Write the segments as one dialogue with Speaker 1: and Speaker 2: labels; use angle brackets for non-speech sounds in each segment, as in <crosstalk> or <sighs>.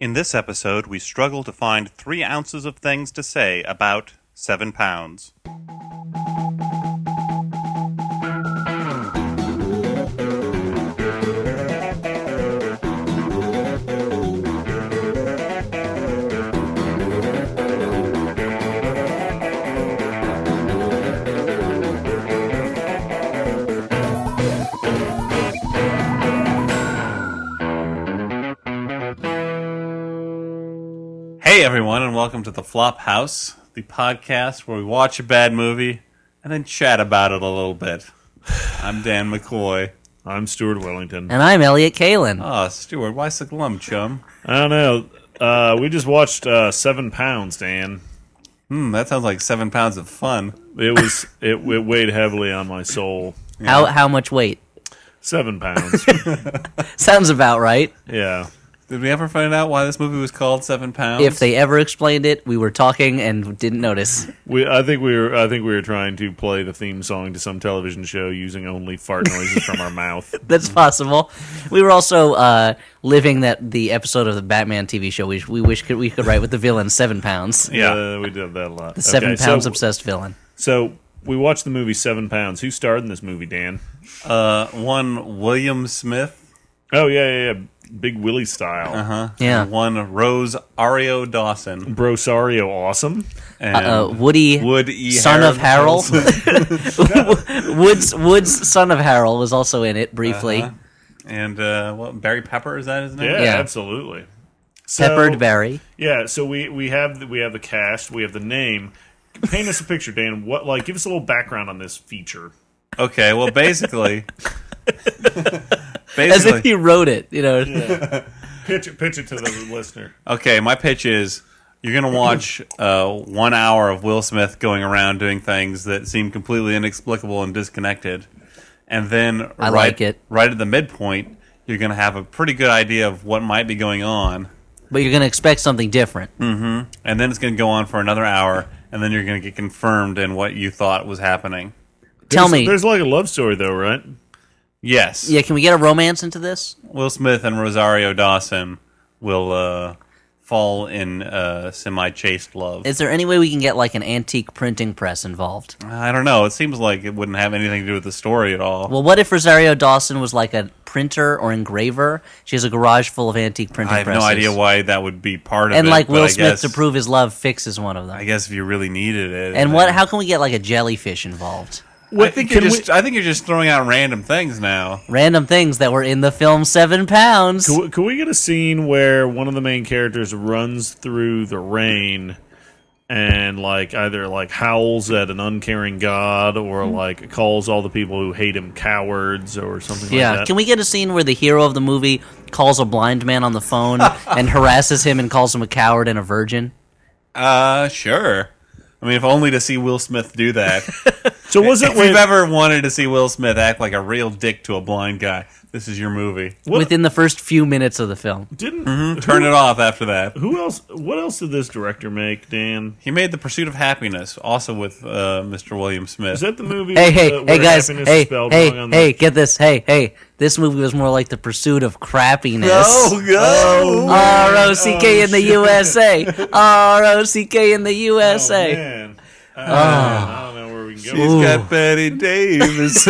Speaker 1: In this episode, we struggle to find three ounces of things to say about seven pounds. Hey, everyone, and welcome to the Flop House, the podcast where we watch a bad movie and then chat about it a little bit. I'm Dan McCoy.
Speaker 2: I'm Stuart Wellington.
Speaker 3: And I'm Elliot
Speaker 2: Oh,
Speaker 3: Kalin.
Speaker 1: Ah, Stuart, why so glum, chum?
Speaker 2: I don't know. Uh, we just watched uh, Seven Pounds, Dan.
Speaker 1: Hmm, that sounds like seven pounds of fun.
Speaker 2: It was <laughs> it, it weighed heavily on my soul.
Speaker 3: How how much weight?
Speaker 2: Seven pounds.
Speaker 3: Sounds about right.
Speaker 2: yeah.
Speaker 1: Did we ever find out why this movie was called Seven Pounds?
Speaker 3: If they ever explained it, we were talking and didn't notice. <laughs>
Speaker 2: We I think we were I think we were trying to play the theme song to some television show using only fart noises from our mouth.
Speaker 3: That's possible. We were also uh, living that the episode of the Batman TV show. We, we wish could, we could write with the villain
Speaker 2: <laughs>
Speaker 3: Seven Pounds, the
Speaker 1: Yeah.
Speaker 2: Uh, we did that a lot. The
Speaker 3: Seven Pounds
Speaker 2: so,
Speaker 3: obsessed villain.
Speaker 2: So we watched the movie Seven Pounds. Who starred in this movie, Dan?
Speaker 1: Uh, one William Smith,
Speaker 2: Oh yeah, yeah, yeah. Big Willie style. Uh-huh.
Speaker 3: Yeah.
Speaker 1: and one Rose Ario Dawson,
Speaker 2: Brosario awesome.
Speaker 1: and
Speaker 3: Uh, Woody,
Speaker 1: Wood E.
Speaker 3: son of
Speaker 2: <laughs>
Speaker 3: Harold. <laughs>
Speaker 1: Harrelson.
Speaker 3: Woods Woods son of Harold was also in it briefly.
Speaker 2: Uh-huh.
Speaker 1: and uh, what, Barry Pepper is that his name?
Speaker 2: Yeah,
Speaker 3: Yeah.
Speaker 2: absolutely. So-
Speaker 3: Peppered Barry.
Speaker 2: Yeah, so we we have the, we have the cast, we have the name. Paint us a picture, Dan. What like give us a little background on this feature.
Speaker 1: Okay, well,
Speaker 3: <laughs>
Speaker 1: basically,
Speaker 3: As if
Speaker 1: basically,
Speaker 3: he wrote it, you know.
Speaker 2: Pitch it, pitch it to the listener.
Speaker 1: okay. My pitch is you're gonna watch uh, one hour of Will Smith going around doing things that seem completely inexplicable and disconnected, and then
Speaker 3: I
Speaker 1: right,
Speaker 3: like it.
Speaker 1: right at the midpoint, you're gonna have a pretty good idea of what might be going on,
Speaker 3: But you're gonna expect something different.
Speaker 2: Hmm.
Speaker 1: and then it's gonna go on for another hour, and then you're gonna get confirmed in what you thought was happening.
Speaker 3: <laughs> Tell
Speaker 2: There's-
Speaker 3: me,
Speaker 2: there's like a love story though, right?
Speaker 1: Yes,
Speaker 3: yeah, can we get a romance into this?
Speaker 1: Will Smith and Rosario Dawson will uh, fall in uh, semi-chaste love.
Speaker 3: Is there any way we can get like an antique printing press involved?
Speaker 1: I don't know. It seems like it wouldn't have anything to do with the story at all.
Speaker 3: Well, what if Rosario Dawson was like a printer or engraver? She has a garage full of antique printing
Speaker 1: I have
Speaker 3: presses.
Speaker 1: no idea why that would be part of
Speaker 3: And
Speaker 1: it.
Speaker 3: like
Speaker 1: but
Speaker 3: Will
Speaker 1: I
Speaker 3: Smith
Speaker 1: guess,
Speaker 3: to prove his love fixes one of them.
Speaker 1: I guess if you really needed it.
Speaker 3: and what?
Speaker 1: then-
Speaker 3: How can we get like a jellyfish involved?
Speaker 1: I think you're just.
Speaker 2: uh,
Speaker 1: I think you're just throwing out random things now.
Speaker 3: Random things that were in the film Seven Pounds.
Speaker 2: Could we, could we get a scene where one of the main characters runs through the rain and like either like howls at an uncaring god or
Speaker 3: Mm-hmm.
Speaker 2: like calls all the people who hate him cowards or something
Speaker 3: yeah.
Speaker 2: like that?
Speaker 3: Can we get a scene where the hero of the movie calls a blind man on
Speaker 1: <laughs>
Speaker 3: the phone and harasses him and calls him a coward and a virgin?
Speaker 1: Uh, sure. I mean, if only to see Will Smith do
Speaker 3: <laughs>
Speaker 1: that.
Speaker 2: so was it
Speaker 1: if you've
Speaker 2: when,
Speaker 1: ever wanted to see Will Smith act like a real dick to a blind guy, this is your movie.
Speaker 2: What-
Speaker 3: Within the first few minutes of the film,
Speaker 2: didn't
Speaker 3: Mm-hmm.
Speaker 1: Turn it off after that.
Speaker 2: who else what else did this director make, Dan?
Speaker 1: He made The Pursuit of Happiness, also with uh, Mr. William Smith.
Speaker 2: Is that the movie?
Speaker 3: hey,
Speaker 2: with
Speaker 3: hey,
Speaker 2: the-
Speaker 3: hey,
Speaker 2: uh, where
Speaker 3: guys,
Speaker 2: happiness
Speaker 3: hey,
Speaker 2: is spelled wrong
Speaker 3: hey,
Speaker 2: on the-
Speaker 3: hey, get this, hey, hey. This movie was more like the pursuit of crappiness.
Speaker 1: Oh, go!
Speaker 3: R O C K in the USA. R O C K in the
Speaker 2: Oh,
Speaker 3: USA.
Speaker 2: man. Uh,
Speaker 3: Oh.
Speaker 2: I don't know where we can go.
Speaker 1: He's got Betty
Speaker 3: <laughs>
Speaker 1: Davis.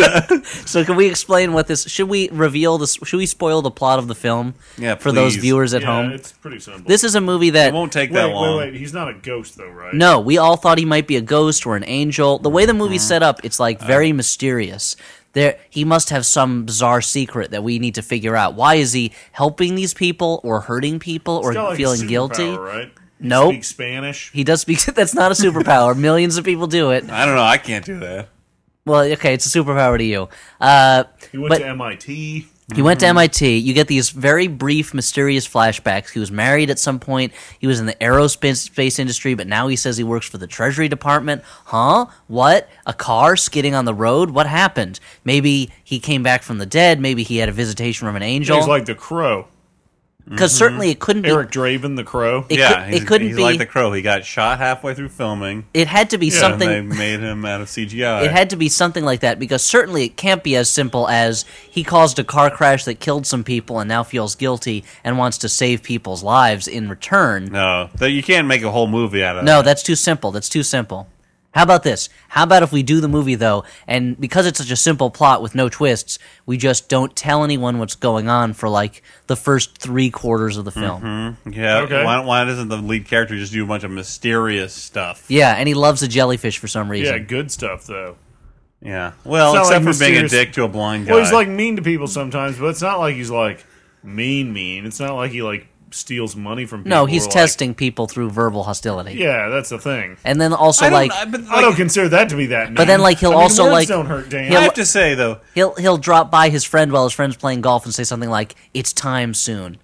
Speaker 3: so can we explain what this? Should we reveal this? Should we spoil the plot of the film
Speaker 1: Yeah,
Speaker 3: for those
Speaker 1: please.
Speaker 3: viewers at
Speaker 2: Yeah,
Speaker 3: home?
Speaker 2: it's pretty simple.
Speaker 3: This is a movie that
Speaker 1: It won't take
Speaker 2: wait,
Speaker 1: that
Speaker 2: wait,
Speaker 1: long.
Speaker 2: wait. He's not a ghost though, right?
Speaker 3: no, we all thought he might be a ghost or an angel. The way the movie's
Speaker 2: Mm-hmm.
Speaker 3: set up, it's
Speaker 2: Uh.
Speaker 3: like very mysterious. There, he must have some bizarre secret that we need to figure out. Why is he helping these people, or hurting people, or
Speaker 2: He's got, like, a
Speaker 3: feeling
Speaker 2: superpower,
Speaker 3: guilty?
Speaker 2: Right? He
Speaker 3: Nope.
Speaker 2: Speaks Spanish.
Speaker 3: He does speak. <laughs> That's not a superpower. Millions of people do it.
Speaker 1: I don't know. I can't do that.
Speaker 3: Well, okay, it's a superpower to you. Uh,
Speaker 2: He went
Speaker 3: but-
Speaker 2: to MIT.
Speaker 3: He went
Speaker 1: Mm-hmm.
Speaker 3: to MIT. You get these very brief, mysterious flashbacks. He was married at some point. He was in the aerospace space industry, but now he says he works for the Treasury Department. Huh? What? A car skidding on the road? What happened? Maybe he came back from the dead. Maybe he had a visitation from an angel.
Speaker 2: He's like the crow.
Speaker 3: Because certainly it couldn't be.
Speaker 2: Eric Draven, the Crow.
Speaker 3: it,
Speaker 1: mm-hmm. yeah,
Speaker 3: could,
Speaker 1: he's-
Speaker 3: it couldn't
Speaker 1: he's
Speaker 3: be.
Speaker 1: like the crow. He got shot halfway through filming,
Speaker 3: it had to be something.
Speaker 1: and they made him out of CGI.
Speaker 3: It had to be something like that because certainly it can't be as simple as he caused a car crash that killed some people and now feels guilty and wants to save people's lives in return.
Speaker 1: no, that you can't make a whole movie out of.
Speaker 3: No,
Speaker 1: that.
Speaker 3: that's too simple. That's too simple. How about this? How about if we do the movie though, and because it's such a simple plot with no twists, we just don't tell anyone what's going on for like the first three quarters of the film.
Speaker 1: Mm-hmm. yeah.
Speaker 2: Okay.
Speaker 1: Why, why doesn't the lead character just do a bunch of mysterious stuff?
Speaker 3: Yeah, and he loves a jellyfish for some
Speaker 2: Yeah,
Speaker 3: reason.
Speaker 2: good stuff though.
Speaker 1: Yeah. Well,
Speaker 2: It's not
Speaker 1: except
Speaker 2: like
Speaker 1: for being a
Speaker 2: mysterious-
Speaker 1: dick to a blind guy.
Speaker 2: Well, he's like mean to people sometimes, but it's not like he's like mean mean. It's not like he like steals money from people.
Speaker 3: no,
Speaker 2: or,
Speaker 3: he's
Speaker 2: like-
Speaker 3: testing people through verbal hostility,
Speaker 2: yeah, that's the thing.
Speaker 3: and then also
Speaker 1: I don't-
Speaker 3: like
Speaker 1: I- but,
Speaker 2: I
Speaker 1: like,
Speaker 2: don't consider that to be that. Mean.
Speaker 3: But then, like, he'll
Speaker 2: I mean,
Speaker 3: also,
Speaker 2: words
Speaker 3: like-
Speaker 2: don't hurt Dan.
Speaker 1: I
Speaker 3: he'll-
Speaker 1: have to say though,
Speaker 3: he'll he'll drop by his friend while his friend's playing golf and say something like, "It's time soon."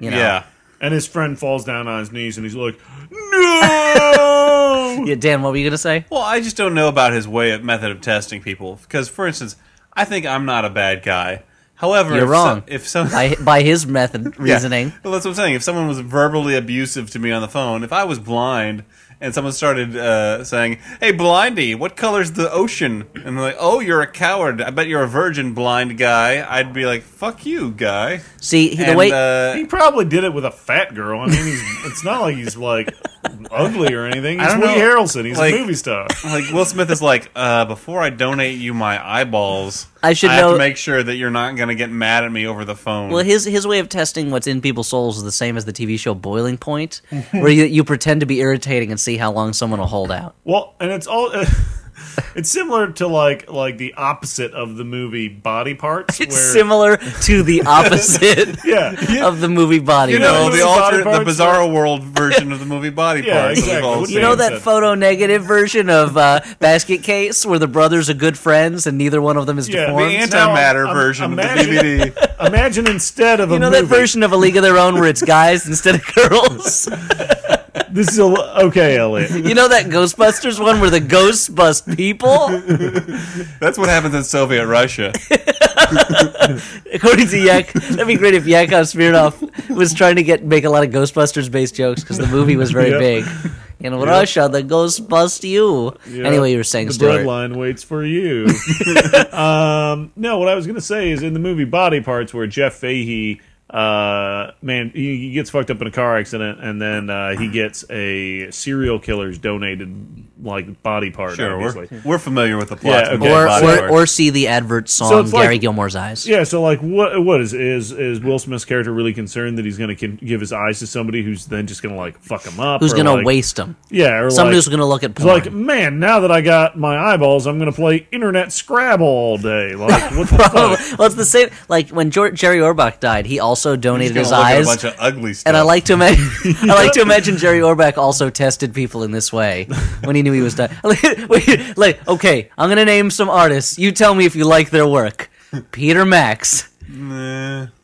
Speaker 3: You know?
Speaker 1: yeah.
Speaker 2: and his friend falls down on his knees and he's like, "Mm, "No."
Speaker 3: Yeah, Dan, what were you gonna say?
Speaker 1: <laughs> Well, I just don't know about his way of method of testing people because, for instance, I think I'm not a bad guy. However,
Speaker 3: You're
Speaker 1: if
Speaker 3: wrong.
Speaker 1: Some, if some
Speaker 3: by, by his method
Speaker 1: <laughs> Yeah.
Speaker 3: reasoning.
Speaker 1: Well, that's what I'm saying. If someone was verbally abusive to me on the phone, if I was blind and someone started uh, saying, "Hey, blindy, what color's the ocean?" and they're like, "Oh, you're a coward. I bet you're a virgin, blind guy," I'd be like, "Fuck you, guy."
Speaker 3: See, he, the
Speaker 1: and,
Speaker 3: way
Speaker 1: uh,
Speaker 2: He probably did it with a fat girl. I mean, he's, <laughs> it's not like he's like ugly or anything.
Speaker 1: I
Speaker 2: He's
Speaker 1: don't
Speaker 2: Woody
Speaker 1: know,
Speaker 2: Harrelson. He's
Speaker 1: like-
Speaker 2: a movie star.
Speaker 1: like Will Smith is like, uh, "Before I donate you my eyeballs,
Speaker 3: I should
Speaker 1: have
Speaker 3: know-
Speaker 1: to make sure that you're not gonna get mad at me over the phone."
Speaker 3: Well, his his way of testing what's in people's souls is the same as the TV show Boiling Point, where you, you pretend to be irritating and see how long someone will hold out.
Speaker 2: Well, and it's all. <laughs> it's similar to like like the opposite of the movie Body Parts.
Speaker 3: It's
Speaker 2: where,
Speaker 3: similar to the
Speaker 2: <laughs>
Speaker 3: opposite <laughs>
Speaker 2: Yeah.
Speaker 3: of the movie Body.
Speaker 1: you
Speaker 3: Parts.
Speaker 1: know,
Speaker 2: movie
Speaker 1: the alternate, the
Speaker 2: Body Parts
Speaker 1: bizarro
Speaker 2: <laughs>
Speaker 1: world version of the movie Body Parts.
Speaker 2: Yeah,
Speaker 1: that we've
Speaker 2: exactly.
Speaker 1: all
Speaker 2: You
Speaker 1: seen.
Speaker 3: You know that
Speaker 2: Said.
Speaker 3: photo negative version of uh, Basket Case, where the brothers are good friends and neither one of them is
Speaker 2: Yeah, the
Speaker 1: the
Speaker 3: deformed.
Speaker 2: ant- Now,
Speaker 1: antimatter
Speaker 2: um,
Speaker 1: version
Speaker 2: imagine-
Speaker 1: of the DVD.
Speaker 2: Imagine instead of a
Speaker 3: you know
Speaker 2: movie.
Speaker 3: that version of A League of Their Own where it's guys instead
Speaker 2: <laughs>
Speaker 3: of girls.
Speaker 2: This is a, okay, Elliot.
Speaker 3: You know that Ghostbusters one where the ghosts bust people.
Speaker 1: That's what happens in Soviet
Speaker 2: <laughs>
Speaker 1: Russia.
Speaker 3: According to Yak, that'd be great if Yakov Smirnov was trying to get make a lot of Ghostbusters based jokes because the movie was very
Speaker 2: Yep.
Speaker 3: big. In Russia, the ghosts bust you. Anyway, you were saying
Speaker 2: the
Speaker 3: Stuart.
Speaker 2: bloodline waits for you. um, no, what I was gonna say is in the movie Body Parts, where Jeff Fahey, uh, man, he, he gets fucked up in a car accident, and then uh, he gets a serial killer's donated like body part.
Speaker 1: Sure,
Speaker 2: obviously.
Speaker 1: we're, we're familiar with the plot.
Speaker 2: Yeah,
Speaker 1: of
Speaker 2: okay.
Speaker 1: Dead
Speaker 3: Or,
Speaker 1: Body
Speaker 3: or,
Speaker 1: Parts.
Speaker 3: or see the advert song
Speaker 2: So it's like-
Speaker 3: Gary Gilmore's eyes.
Speaker 2: Yeah, so like, what what is is is Will Smith's character really concerned that he's going to give his eyes to somebody who's then just going to like fuck him up?
Speaker 3: Who's
Speaker 2: or,
Speaker 3: going to
Speaker 2: like-
Speaker 3: waste them?
Speaker 2: Yeah, or
Speaker 3: Somebody
Speaker 2: like,
Speaker 3: who's going to look at
Speaker 2: it's
Speaker 3: porn.
Speaker 2: like, man, now that I got my eyeballs, I'm going to play internet Scrabble all day. Like,
Speaker 3: <laughs>
Speaker 2: what the
Speaker 3: well,
Speaker 2: fuck?
Speaker 3: it's the same. Like when George, Jerry Orbach died, he also donated
Speaker 1: He's
Speaker 3: his
Speaker 1: gonna look at a
Speaker 3: eyes.
Speaker 1: bunch of ugly stuff.
Speaker 3: and I like to imagine, <laughs> I like to imagine Jerry Orbach also tested people in this way when he knew he was <laughs> done. like, okay, I'm gonna name some artists. You tell me if you like their work. Peter Max.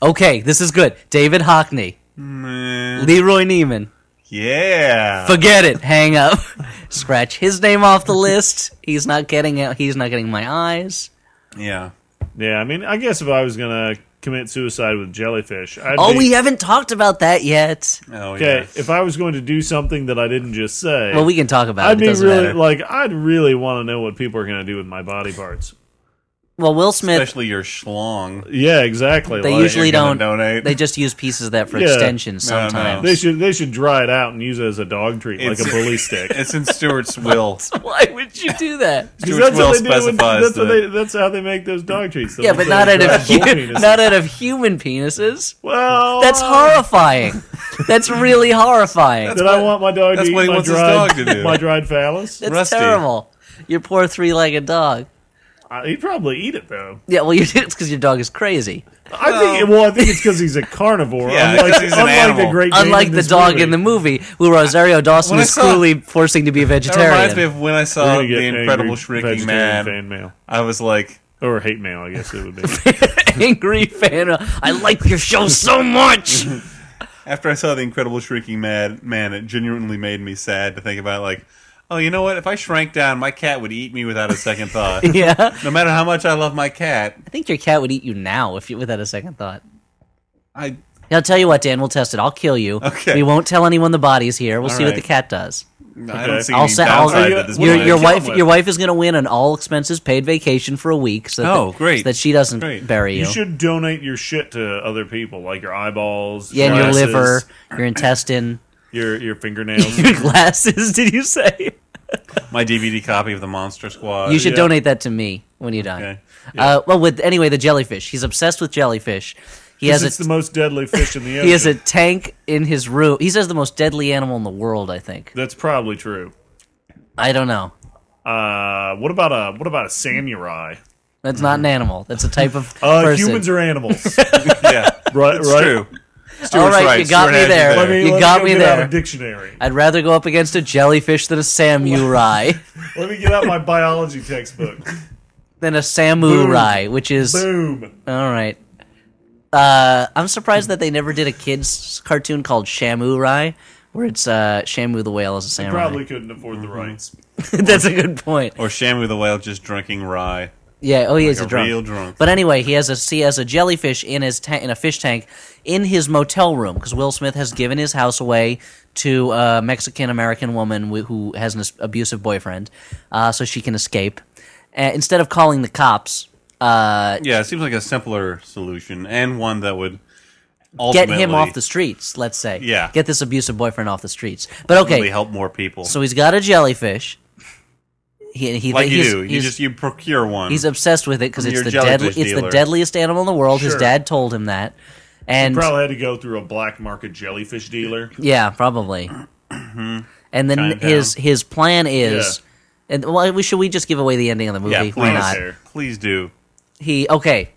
Speaker 3: Okay, this is good. David Hockney. Leroy Neiman.
Speaker 1: yeah,
Speaker 3: Forget it. Hang up. <laughs> Scratch his name off the list. He's not getting out. He's not getting my eyes.
Speaker 1: yeah.
Speaker 2: yeah, I mean, I guess if I was going to commit suicide with jellyfish, I'd
Speaker 3: Oh,
Speaker 2: be,
Speaker 3: we haven't talked about that yet.
Speaker 1: Oh yeah.
Speaker 2: okay. If I was going to do something that I didn't just say,
Speaker 3: Well, we can talk about
Speaker 2: I'd
Speaker 3: it. It
Speaker 2: be
Speaker 3: doesn't
Speaker 2: really
Speaker 3: matter.
Speaker 2: like, I'd really want to know what people are going to do with my body parts.
Speaker 3: Well, Will Smith.
Speaker 1: Especially your schlong.
Speaker 2: Yeah, exactly.
Speaker 3: They
Speaker 2: like-
Speaker 3: usually
Speaker 1: you're gonna
Speaker 3: don't
Speaker 1: donate.
Speaker 3: They just use pieces of that for
Speaker 2: Yeah.
Speaker 3: extensions
Speaker 1: No, no.
Speaker 3: sometimes.
Speaker 2: They should they should dry it out and use it as a dog treat, like
Speaker 1: It's-
Speaker 2: a
Speaker 1: <laughs>
Speaker 2: bully stick.
Speaker 1: It's in Stewart's
Speaker 3: <laughs>
Speaker 1: will.
Speaker 3: Why would you do that?
Speaker 2: 'Cause
Speaker 1: Stuart's will
Speaker 2: what they do with-
Speaker 1: specifies
Speaker 2: that's, what
Speaker 1: that-
Speaker 2: they, that's how they make those dog treats.
Speaker 3: <laughs> Yeah, but not out of hu-
Speaker 2: not,
Speaker 3: not out of human penises.
Speaker 2: well,
Speaker 3: That's
Speaker 2: uh,
Speaker 3: horrifying. That's really horrifying.
Speaker 2: Did I want my dog
Speaker 1: that's
Speaker 2: to eat
Speaker 1: what he
Speaker 2: my
Speaker 1: wants his
Speaker 2: dried,
Speaker 1: dog to do.
Speaker 2: <laughs> my dried phallus?
Speaker 3: That's
Speaker 1: Rusty.
Speaker 3: terrible. Your poor three-legged dog.
Speaker 2: Uh, he'd probably eat it though.
Speaker 3: Yeah, well, you it's because your dog is crazy.
Speaker 2: I think. Well, I think it's because he's a carnivore.
Speaker 1: Yeah,
Speaker 2: unlike,
Speaker 1: 'cause he's an
Speaker 2: unlike
Speaker 1: animal.
Speaker 2: the great, Dane
Speaker 3: Unlike
Speaker 2: in
Speaker 3: the
Speaker 2: this
Speaker 3: dog
Speaker 2: movie.
Speaker 3: in the movie, who Rosario Dawson
Speaker 1: When I
Speaker 3: is
Speaker 1: saw-
Speaker 3: cruelly forcing to be a
Speaker 1: That reminds me
Speaker 3: vegetarian.
Speaker 1: of when I
Speaker 2: We're
Speaker 1: saw
Speaker 2: gonna get
Speaker 1: the
Speaker 2: angry
Speaker 1: Incredible Shrinking
Speaker 2: vegetarian
Speaker 1: Man.
Speaker 2: fan mail
Speaker 1: I was like,
Speaker 2: or hate mail, I guess it
Speaker 3: <laughs>
Speaker 2: would be.
Speaker 3: <laughs> Angry fan. I like your show
Speaker 1: <laughs>
Speaker 3: so much.
Speaker 1: after I saw the Incredible Shrinking Man, man, it genuinely made me sad to think about. Like, oh, you know what? If I shrank down, my cat would eat me without a second
Speaker 2: <laughs>
Speaker 1: thought.
Speaker 3: yeah, I
Speaker 1: No matter how much I love my cat,
Speaker 3: think your cat would eat you now if you without a second thought.
Speaker 1: I
Speaker 3: I'll tell you what, Dan. We'll test it. I'll kill you.
Speaker 1: Okay.
Speaker 3: We won't tell anyone the body's here. We'll
Speaker 2: All
Speaker 3: see what
Speaker 2: right.
Speaker 3: the cat does.
Speaker 1: I don't see
Speaker 3: I'll
Speaker 1: any
Speaker 3: say.
Speaker 1: downside
Speaker 3: I'll,
Speaker 1: to this.
Speaker 2: What
Speaker 3: your
Speaker 2: do I
Speaker 1: plan.
Speaker 3: your
Speaker 2: kill
Speaker 3: wife.
Speaker 2: him with?
Speaker 3: Your wife is going to win an all expenses paid vacation for a week. So that
Speaker 1: Oh,
Speaker 3: the-
Speaker 1: great.
Speaker 3: So that she doesn't
Speaker 1: Great.
Speaker 3: bury you.
Speaker 2: You should donate your shit to other people, like your eyeballs,
Speaker 3: yeah, and your
Speaker 2: glasses,
Speaker 3: liver, your intestine, <laughs>
Speaker 2: your your fingernails.
Speaker 3: your glasses. Did you say?
Speaker 1: my DVD copy of the Monster Squad.
Speaker 3: You should
Speaker 2: yeah.
Speaker 3: donate that to me when you die.
Speaker 1: Okay.
Speaker 3: Uh, well, with anyway, the jellyfish. He's obsessed with jellyfish. He has a
Speaker 2: it's the most deadly fish in the ocean.
Speaker 3: <laughs> he has a tank in his room. He says the most deadly animal in the world. I think.
Speaker 2: That's probably true.
Speaker 3: I don't know.
Speaker 2: Uh, what about a what about a samurai?
Speaker 3: That's not an animal. That's a type of
Speaker 2: Mm-hmm. <laughs> Uh,
Speaker 3: person.
Speaker 2: humans are
Speaker 3: <laughs>
Speaker 2: animals,
Speaker 1: yeah,
Speaker 2: right?
Speaker 1: it's
Speaker 2: <laughs> right?
Speaker 1: true. Stuart's
Speaker 3: All right, you got
Speaker 1: Stuart
Speaker 3: me
Speaker 1: had
Speaker 3: there.
Speaker 2: Let me,
Speaker 3: You
Speaker 2: let
Speaker 3: got
Speaker 2: me
Speaker 3: me
Speaker 2: go get
Speaker 3: there.
Speaker 2: Out a dictionary.
Speaker 3: I'd rather go up against a jellyfish than
Speaker 2: <laughs>
Speaker 3: a samurai. <laughs>
Speaker 2: Let me get out my biology textbook.
Speaker 3: than a samurai, which is
Speaker 2: Boom.
Speaker 3: <laughs> all right. Uh, I'm surprised that they never did a kids cartoon called Shamurai, where it's uh, Shamu the whale as a samurai. <laughs>
Speaker 2: Probably couldn't afford
Speaker 3: Mm-hmm.
Speaker 2: the rights.
Speaker 3: That's a good point.
Speaker 1: Or Shamu the whale just drinking rye.
Speaker 3: Yeah. Oh, he is a,
Speaker 1: a
Speaker 3: drunk.
Speaker 1: real drunk.
Speaker 3: But anyway, he has a he has a jellyfish in his ta- in a fish tank in his motel room because Will Smith has given his house away to a Mexican American woman wi- who has an as- abusive boyfriend, uh, so she can escape. Uh, instead of calling the cops, uh,
Speaker 1: Yeah, it seems like a simpler solution and one that would
Speaker 3: get
Speaker 1: ultimately
Speaker 3: him off the streets. Let's say,
Speaker 1: Yeah.
Speaker 3: get this abusive boyfriend off the streets. But
Speaker 1: really
Speaker 3: okay,
Speaker 1: help more people.
Speaker 3: so he's got a jellyfish. He, he,
Speaker 1: like you
Speaker 3: he's-
Speaker 1: do, you
Speaker 3: he's-
Speaker 1: just you procure one.
Speaker 3: He's obsessed with it because
Speaker 1: From your
Speaker 3: it's the deadly,
Speaker 1: jellyfish
Speaker 3: it's the
Speaker 1: dealer.
Speaker 3: deadliest animal in the world. His
Speaker 2: Sure.
Speaker 3: dad told him that, and
Speaker 2: Probably had to go through a black market jellyfish dealer.
Speaker 3: yeah, probably.
Speaker 1: Mm-hmm.
Speaker 3: and then
Speaker 1: Chinatown.
Speaker 3: his his plan is, and well, we should we just give away the ending of the movie?
Speaker 1: yeah,
Speaker 3: Why
Speaker 1: please,
Speaker 3: not?
Speaker 2: Fair.
Speaker 1: please do.
Speaker 3: He okay,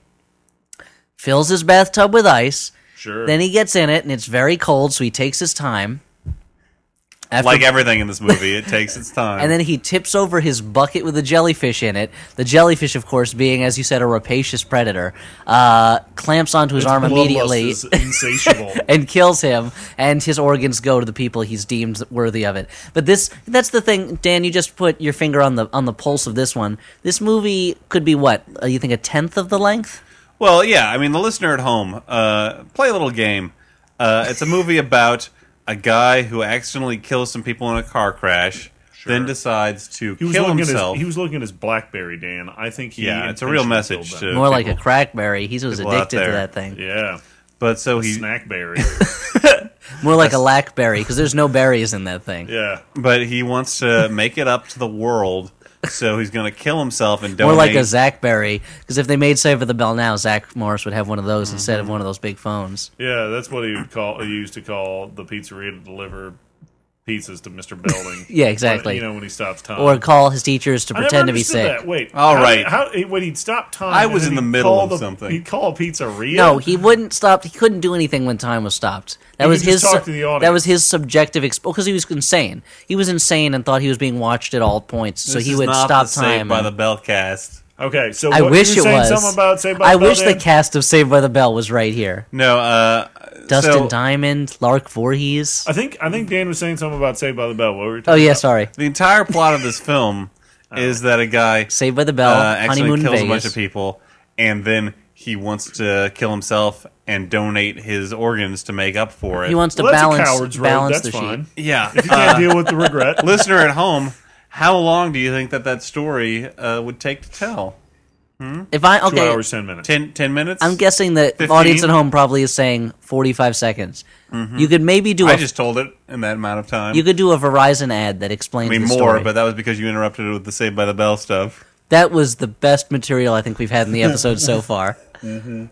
Speaker 3: fills his bathtub with ice.
Speaker 2: Sure.
Speaker 3: Then he gets in it, and it's very cold, so he takes his time. After
Speaker 1: Like everything in this movie, it takes its time.
Speaker 3: <laughs> and then he tips over his bucket with a jellyfish in it. The jellyfish, of course, being as you said, a rapacious predator, uh, clamps onto his arm
Speaker 2: Bloodlust
Speaker 3: immediately
Speaker 2: is
Speaker 3: <laughs>
Speaker 2: insatiable.
Speaker 3: and kills him, and his organs go to the people he's deemed worthy of it. But this—that's the thing, Dan. You just put your finger on the on the pulse of this one. This movie could be what uh, you think a tenth of the length.
Speaker 1: Well, yeah. I mean, the listener at home, uh, play a little game. Uh, it's a movie about a guy who accidentally kills some people in a car crash, then decides to
Speaker 2: He was,
Speaker 1: kill
Speaker 2: looking at
Speaker 1: himself.
Speaker 2: his, he was looking at his BlackBerry, Dan. I think he.
Speaker 1: Yeah, it's a real
Speaker 2: intentionally
Speaker 1: message
Speaker 2: killed
Speaker 1: to-
Speaker 2: that.
Speaker 3: More like a
Speaker 1: people-
Speaker 3: crackberry. He was
Speaker 1: people out
Speaker 3: addicted to
Speaker 1: there.
Speaker 3: that thing.
Speaker 2: Yeah,
Speaker 1: but so he, <laughs>
Speaker 2: snackberry.
Speaker 3: More like a lackberry because there's no berries in that thing.
Speaker 2: yeah,
Speaker 1: <laughs> but he wants to make it up to the world, so he's going to kill himself and donate.
Speaker 3: More like a Zachberry, because if they made Save for the Bell now, Zach Morris would have one of those
Speaker 2: Mm-hmm.
Speaker 3: instead of one of those big phones.
Speaker 2: yeah. That's what he would call. He used to call the pizzeria to deliver pizzas to Mister Belding.
Speaker 3: <laughs> Yeah, exactly.
Speaker 2: But, you know when he stops time.
Speaker 3: Or call his teachers to
Speaker 2: I never
Speaker 3: pretend to be
Speaker 2: understood
Speaker 3: sick.
Speaker 2: That. Wait.
Speaker 1: All
Speaker 2: how-
Speaker 1: right.
Speaker 2: How, he- when he'd stop time,
Speaker 1: I
Speaker 2: and
Speaker 1: was
Speaker 2: then
Speaker 1: in the
Speaker 2: he'd
Speaker 1: middle
Speaker 2: call
Speaker 1: of
Speaker 2: the-
Speaker 1: something.
Speaker 2: He'd call a pizzeria.
Speaker 3: No, he wouldn't stop. He couldn't do anything when time was stopped. That was
Speaker 2: could just
Speaker 3: his.
Speaker 2: talk
Speaker 3: sub-
Speaker 2: to the audience.
Speaker 3: That was his subjective because he was insane. He was insane and thought he was being watched at all points. so
Speaker 1: This
Speaker 3: he
Speaker 1: is
Speaker 3: would
Speaker 1: not
Speaker 3: stop
Speaker 1: the
Speaker 3: time.
Speaker 1: Saved by
Speaker 3: and-
Speaker 1: the Bell cast.
Speaker 2: Okay, so
Speaker 3: I
Speaker 2: what,
Speaker 3: wish
Speaker 2: you were
Speaker 3: it
Speaker 2: saying
Speaker 3: was.
Speaker 2: Something about Saved by
Speaker 3: I
Speaker 2: the Bell,
Speaker 3: wish the
Speaker 2: Dan?
Speaker 3: cast of Saved by the Bell was right here.
Speaker 1: No, uh,
Speaker 3: Dustin
Speaker 1: so
Speaker 3: Diamond, Lark Voorhees.
Speaker 2: I think I think Dan was saying something about Saved by the Bell. What were we
Speaker 3: Oh
Speaker 2: talking
Speaker 3: yeah,
Speaker 2: about?
Speaker 3: sorry.
Speaker 1: the entire plot of this film is that a guy
Speaker 3: Saved by the Bell,
Speaker 1: uh, accidentally
Speaker 3: "Oh, honeymoon in
Speaker 1: kills
Speaker 3: Vegas.
Speaker 1: a bunch of people, and then he wants to kill himself and donate his organs to make up for it.
Speaker 3: He wants to
Speaker 2: well, that's a
Speaker 3: balance
Speaker 2: coward's road.
Speaker 3: balance
Speaker 2: that's
Speaker 3: the sheet.
Speaker 2: fine.
Speaker 3: <laughs>
Speaker 1: yeah.
Speaker 2: You
Speaker 1: Uh,
Speaker 2: can't deal with the regret.
Speaker 1: listener at home, how long do you think that that story uh, would take to tell?
Speaker 3: If I
Speaker 2: Two
Speaker 3: okay,
Speaker 2: hours, ten minutes.
Speaker 1: Ten, ten minutes?
Speaker 3: I'm guessing the
Speaker 1: 15?
Speaker 3: audience at home probably is saying 45 seconds. You could maybe do a
Speaker 1: Mm-hmm. I just told it in that amount of time.
Speaker 3: you could do a Verizon ad that explains
Speaker 1: I mean,
Speaker 3: the
Speaker 1: more,
Speaker 3: story.
Speaker 1: but that was because you interrupted it with the Saved by the Bell stuff.
Speaker 3: that was the best material I think we've had in the
Speaker 1: <laughs>
Speaker 3: episode so far.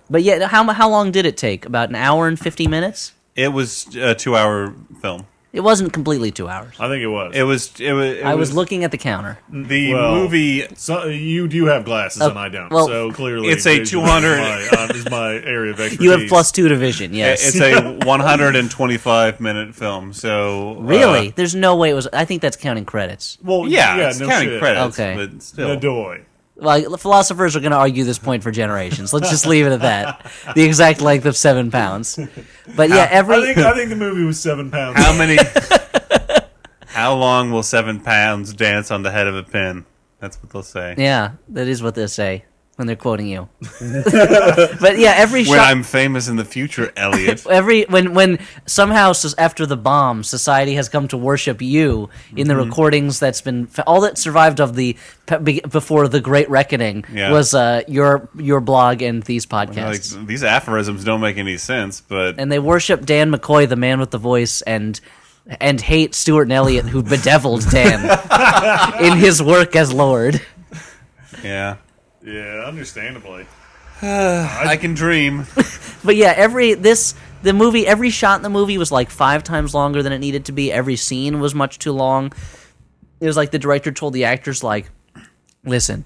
Speaker 3: But yet, how mu- how long did it take? About an hour and 50 minutes.
Speaker 1: It was a two-hour film.
Speaker 3: It wasn't completely two hours.
Speaker 2: I think it was.
Speaker 1: It was. It was. Mm-hmm. It
Speaker 3: I was looking at the counter.
Speaker 1: the
Speaker 2: Well,
Speaker 1: movie.
Speaker 2: so, uh, you do have glasses and I don't.
Speaker 3: Oh, well,
Speaker 2: so clearly,
Speaker 1: It's a
Speaker 2: visual
Speaker 1: 200
Speaker 2: Is my, uh, is my area of expertise.
Speaker 3: <laughs> You have plus two division. Yes.
Speaker 1: It's uh, a 125 minute film. So uh,
Speaker 3: really? There's no way it was. I think that's counting credits.
Speaker 2: Well,
Speaker 1: Yeah,
Speaker 2: yeah,
Speaker 1: it's
Speaker 2: no
Speaker 1: counting
Speaker 2: shit.
Speaker 1: credits,
Speaker 3: Okay.
Speaker 1: but still.
Speaker 2: No doy.
Speaker 3: Well, the philosophers are going to argue this point for generations. Let's just leave it
Speaker 1: <laughs>
Speaker 3: at that. The exact length of seven pounds. But yeah, every
Speaker 2: I think I think the movie was seven pounds.
Speaker 1: How
Speaker 3: <laughs>
Speaker 1: many? how long will seven pounds dance on the head of a pin? That's what they'll say.
Speaker 3: Yeah, that is what they say. when they're quoting you. <laughs> but yeah, every
Speaker 1: When
Speaker 3: shot,
Speaker 1: I'm famous in the future,
Speaker 3: <laughs>
Speaker 1: Elliot.
Speaker 3: every when when somehow sus- after the bomb, society has come to worship you in the
Speaker 1: Mm-hmm.
Speaker 3: recordings that's been fa- all that survived of the pe- be- before the Great Reckoning
Speaker 1: Yeah.
Speaker 3: was uh, your your blog and these
Speaker 1: like,
Speaker 3: podcasts.
Speaker 1: these aphorisms don't make any sense, but
Speaker 3: and they worship Dan McCoy, the man with the voice, and and hate Stuart and Elliott, who bedeviled Dan in his work as Lord.
Speaker 1: yeah.
Speaker 2: Yeah, understandably.
Speaker 1: I can dream.
Speaker 3: But yeah, every this the movie every shot in the movie was like five times longer than it needed to be. Every scene was much too long. It was like the director told the actors like, "Listen,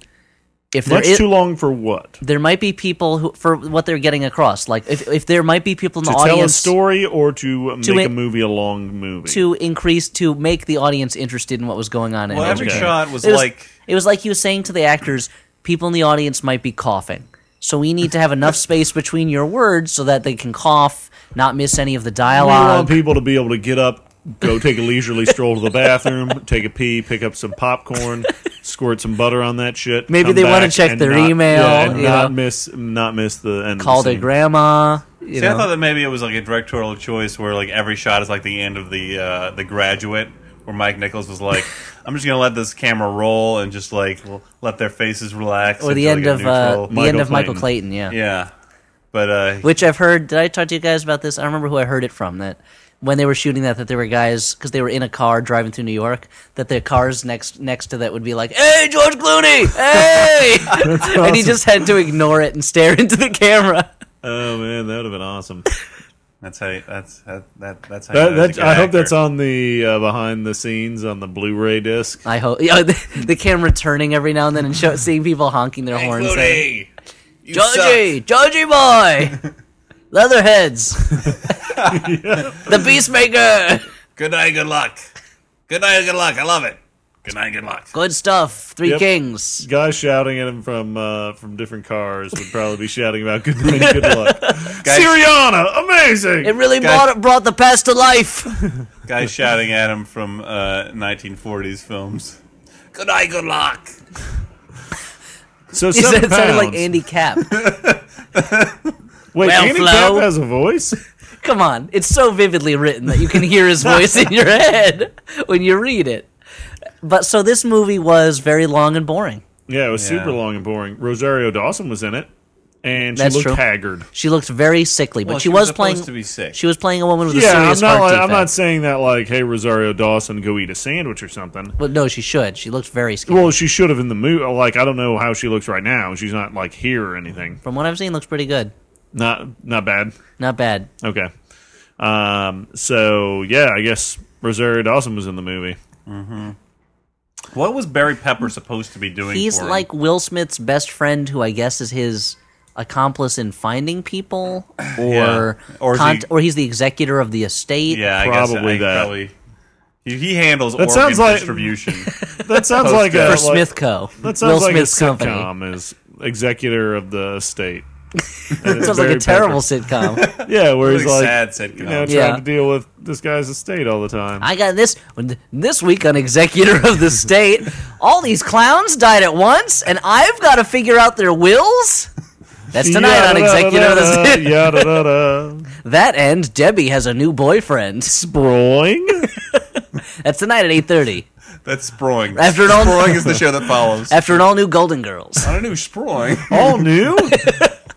Speaker 3: if there
Speaker 2: Much
Speaker 3: is,
Speaker 2: too long for what?
Speaker 3: there might be people who for what they're getting across, like if if there might be people in
Speaker 2: To
Speaker 3: the
Speaker 2: tell a
Speaker 3: audience
Speaker 2: story or to make
Speaker 3: make-
Speaker 2: a movie a long movie?
Speaker 3: to increase to make the audience interested in what was going on." in
Speaker 1: Well, every
Speaker 3: entertainment.
Speaker 1: shot was,
Speaker 3: It was-
Speaker 1: like
Speaker 3: It was like he was saying to the actors, people in the audience might be coughing. So we need to have enough space between your words so that they can cough, not miss any of the
Speaker 2: we want
Speaker 3: dialogue.
Speaker 2: people to be able to get up, go take a leisurely stroll to the bathroom, take a pee, pick up some popcorn, squirt some butter on that shit.
Speaker 3: Maybe
Speaker 2: come
Speaker 3: they wanna
Speaker 2: back,
Speaker 3: check
Speaker 2: and
Speaker 3: their
Speaker 2: not-
Speaker 3: email,
Speaker 2: yeah, and
Speaker 3: you
Speaker 2: not
Speaker 3: know.
Speaker 2: miss not miss the end.
Speaker 3: Call
Speaker 2: of the
Speaker 3: their
Speaker 2: scene.
Speaker 3: grandma. You
Speaker 1: See, I
Speaker 3: know.
Speaker 1: thought that maybe it was like a directorial choice where like every shot is like the end of the uh, the graduate, where Mike Nichols was
Speaker 3: <laughs>
Speaker 1: like, "I'm just gonna let this camera roll and just like l- let their faces relax."
Speaker 3: or the
Speaker 1: until I
Speaker 3: end
Speaker 1: get
Speaker 3: of uh, the
Speaker 1: neutral."
Speaker 3: end
Speaker 2: Michael
Speaker 3: of Michael
Speaker 2: Clayton.
Speaker 3: Clayton, yeah.
Speaker 1: yeah, but uh,
Speaker 3: Which I've heard. Did I talk to you guys about this? I don't remember who I heard it from. That when they were shooting that, that there were guys because they were in a car driving through New York. That their cars next next to that would be like, "Hey, George Clooney,
Speaker 1: <laughs>
Speaker 3: hey," <laughs> and he just had to ignore it and stare <laughs> into the camera.
Speaker 2: Oh man, that would have been awesome.
Speaker 1: that's how you- that's that, that that's how. you
Speaker 2: That,
Speaker 1: know he's
Speaker 2: that,
Speaker 1: a good
Speaker 2: I hope
Speaker 1: actor.
Speaker 2: that's on the uh, behind the scenes on the Blu-ray disc.
Speaker 3: I hope <laughs> yeah, the, the camera turning every now and then and show, seeing people honking their horns. at it.
Speaker 1: You
Speaker 3: Georgie, Georgie boy, Leatherheads, the Peacemaker.
Speaker 1: suck. Good night. Good luck. Good night. Good luck. I love it. Good night. Good luck.
Speaker 3: Good stuff. Three
Speaker 2: Yep.
Speaker 3: Kings.
Speaker 2: Guys shouting at him from uh, from different cars would probably be shouting about good night, good luck.
Speaker 3: <laughs>
Speaker 2: Syriana, amazing.
Speaker 3: It really
Speaker 1: Guys-
Speaker 3: brought brought the past to life.
Speaker 1: Guy shouting at him from uh, 1940s films. Good night. Good luck.
Speaker 2: so
Speaker 3: <laughs> He
Speaker 2: seven
Speaker 3: said, it sounded like
Speaker 2: pounds.
Speaker 3: Andy Cap.
Speaker 2: Wait,
Speaker 3: Well,
Speaker 2: Andy
Speaker 3: Flo.
Speaker 2: Cap has a voice.
Speaker 3: Come on, it's so vividly written that you can hear his voice in your head when you read it. But so this movie was very long and boring.
Speaker 2: Yeah, it was
Speaker 1: Yeah.
Speaker 2: super long and boring. Rosario Dawson was in it, and she
Speaker 3: That's
Speaker 2: looked
Speaker 3: true.
Speaker 2: haggard.
Speaker 3: She looked very sickly, but
Speaker 1: Well,
Speaker 3: she,
Speaker 1: she was
Speaker 3: was,
Speaker 1: supposed
Speaker 3: playing.
Speaker 1: to be sick.
Speaker 3: She was playing a woman with a
Speaker 2: Yeah, I'm
Speaker 3: serious
Speaker 2: not.
Speaker 3: heart
Speaker 2: Like, I'm
Speaker 3: defect.
Speaker 2: not saying that like, hey, Rosario Dawson, go eat a sandwich or something.
Speaker 3: Well, no, she should. She looked very skinny.
Speaker 2: Well, she should have in the movie. Like, I don't know how she looks right now. She's not like here or anything.
Speaker 3: From what I've seen, looks pretty good.
Speaker 2: Not not bad.
Speaker 3: Not bad.
Speaker 2: Okay. Um. So yeah, I guess Rosario Dawson was in the movie.
Speaker 1: What was Barry Pepper supposed to be doing?
Speaker 3: He's
Speaker 1: for him?
Speaker 3: like Will Smith's best friend, who I guess is his accomplice in finding people, or
Speaker 1: <sighs> Yeah. Or is
Speaker 3: con-
Speaker 1: he-
Speaker 3: or he's the executor of the estate.
Speaker 1: Yeah, I guess uh,
Speaker 2: Probably
Speaker 1: I
Speaker 2: that.
Speaker 1: Probably, he, he handles
Speaker 2: That
Speaker 1: organ
Speaker 2: sounds like- <laughs>
Speaker 1: distribution.
Speaker 2: That sounds like a
Speaker 3: for
Speaker 2: like-
Speaker 3: Smith Co.
Speaker 2: That sounds
Speaker 3: Will
Speaker 2: like
Speaker 3: Smith's
Speaker 2: a
Speaker 3: company.
Speaker 2: sitcom is executor of the estate.
Speaker 3: That <laughs> sounds like a
Speaker 1: <laughs>
Speaker 3: terrible sitcom.
Speaker 2: Yeah, where he's
Speaker 1: really
Speaker 2: like
Speaker 1: sad sitcom.
Speaker 2: you know, trying
Speaker 3: Yeah.
Speaker 2: to deal with this guy's estate all the time.
Speaker 3: I got this this week on Executor of the State. All these clowns died at once, and I've got to figure out their wills. That's tonight on Executor of the State. <laughs>
Speaker 2: Yada da da.
Speaker 3: That end, Debbie has a new boyfriend.
Speaker 2: Broing?
Speaker 3: That's tonight at eight thirty.
Speaker 1: That's Sproing.
Speaker 3: After an all-
Speaker 1: Sproing is the show that follows.
Speaker 3: <laughs> After an all new Golden Girls.
Speaker 1: I don't know
Speaker 3: <laughs>
Speaker 1: Sproing.
Speaker 2: All new?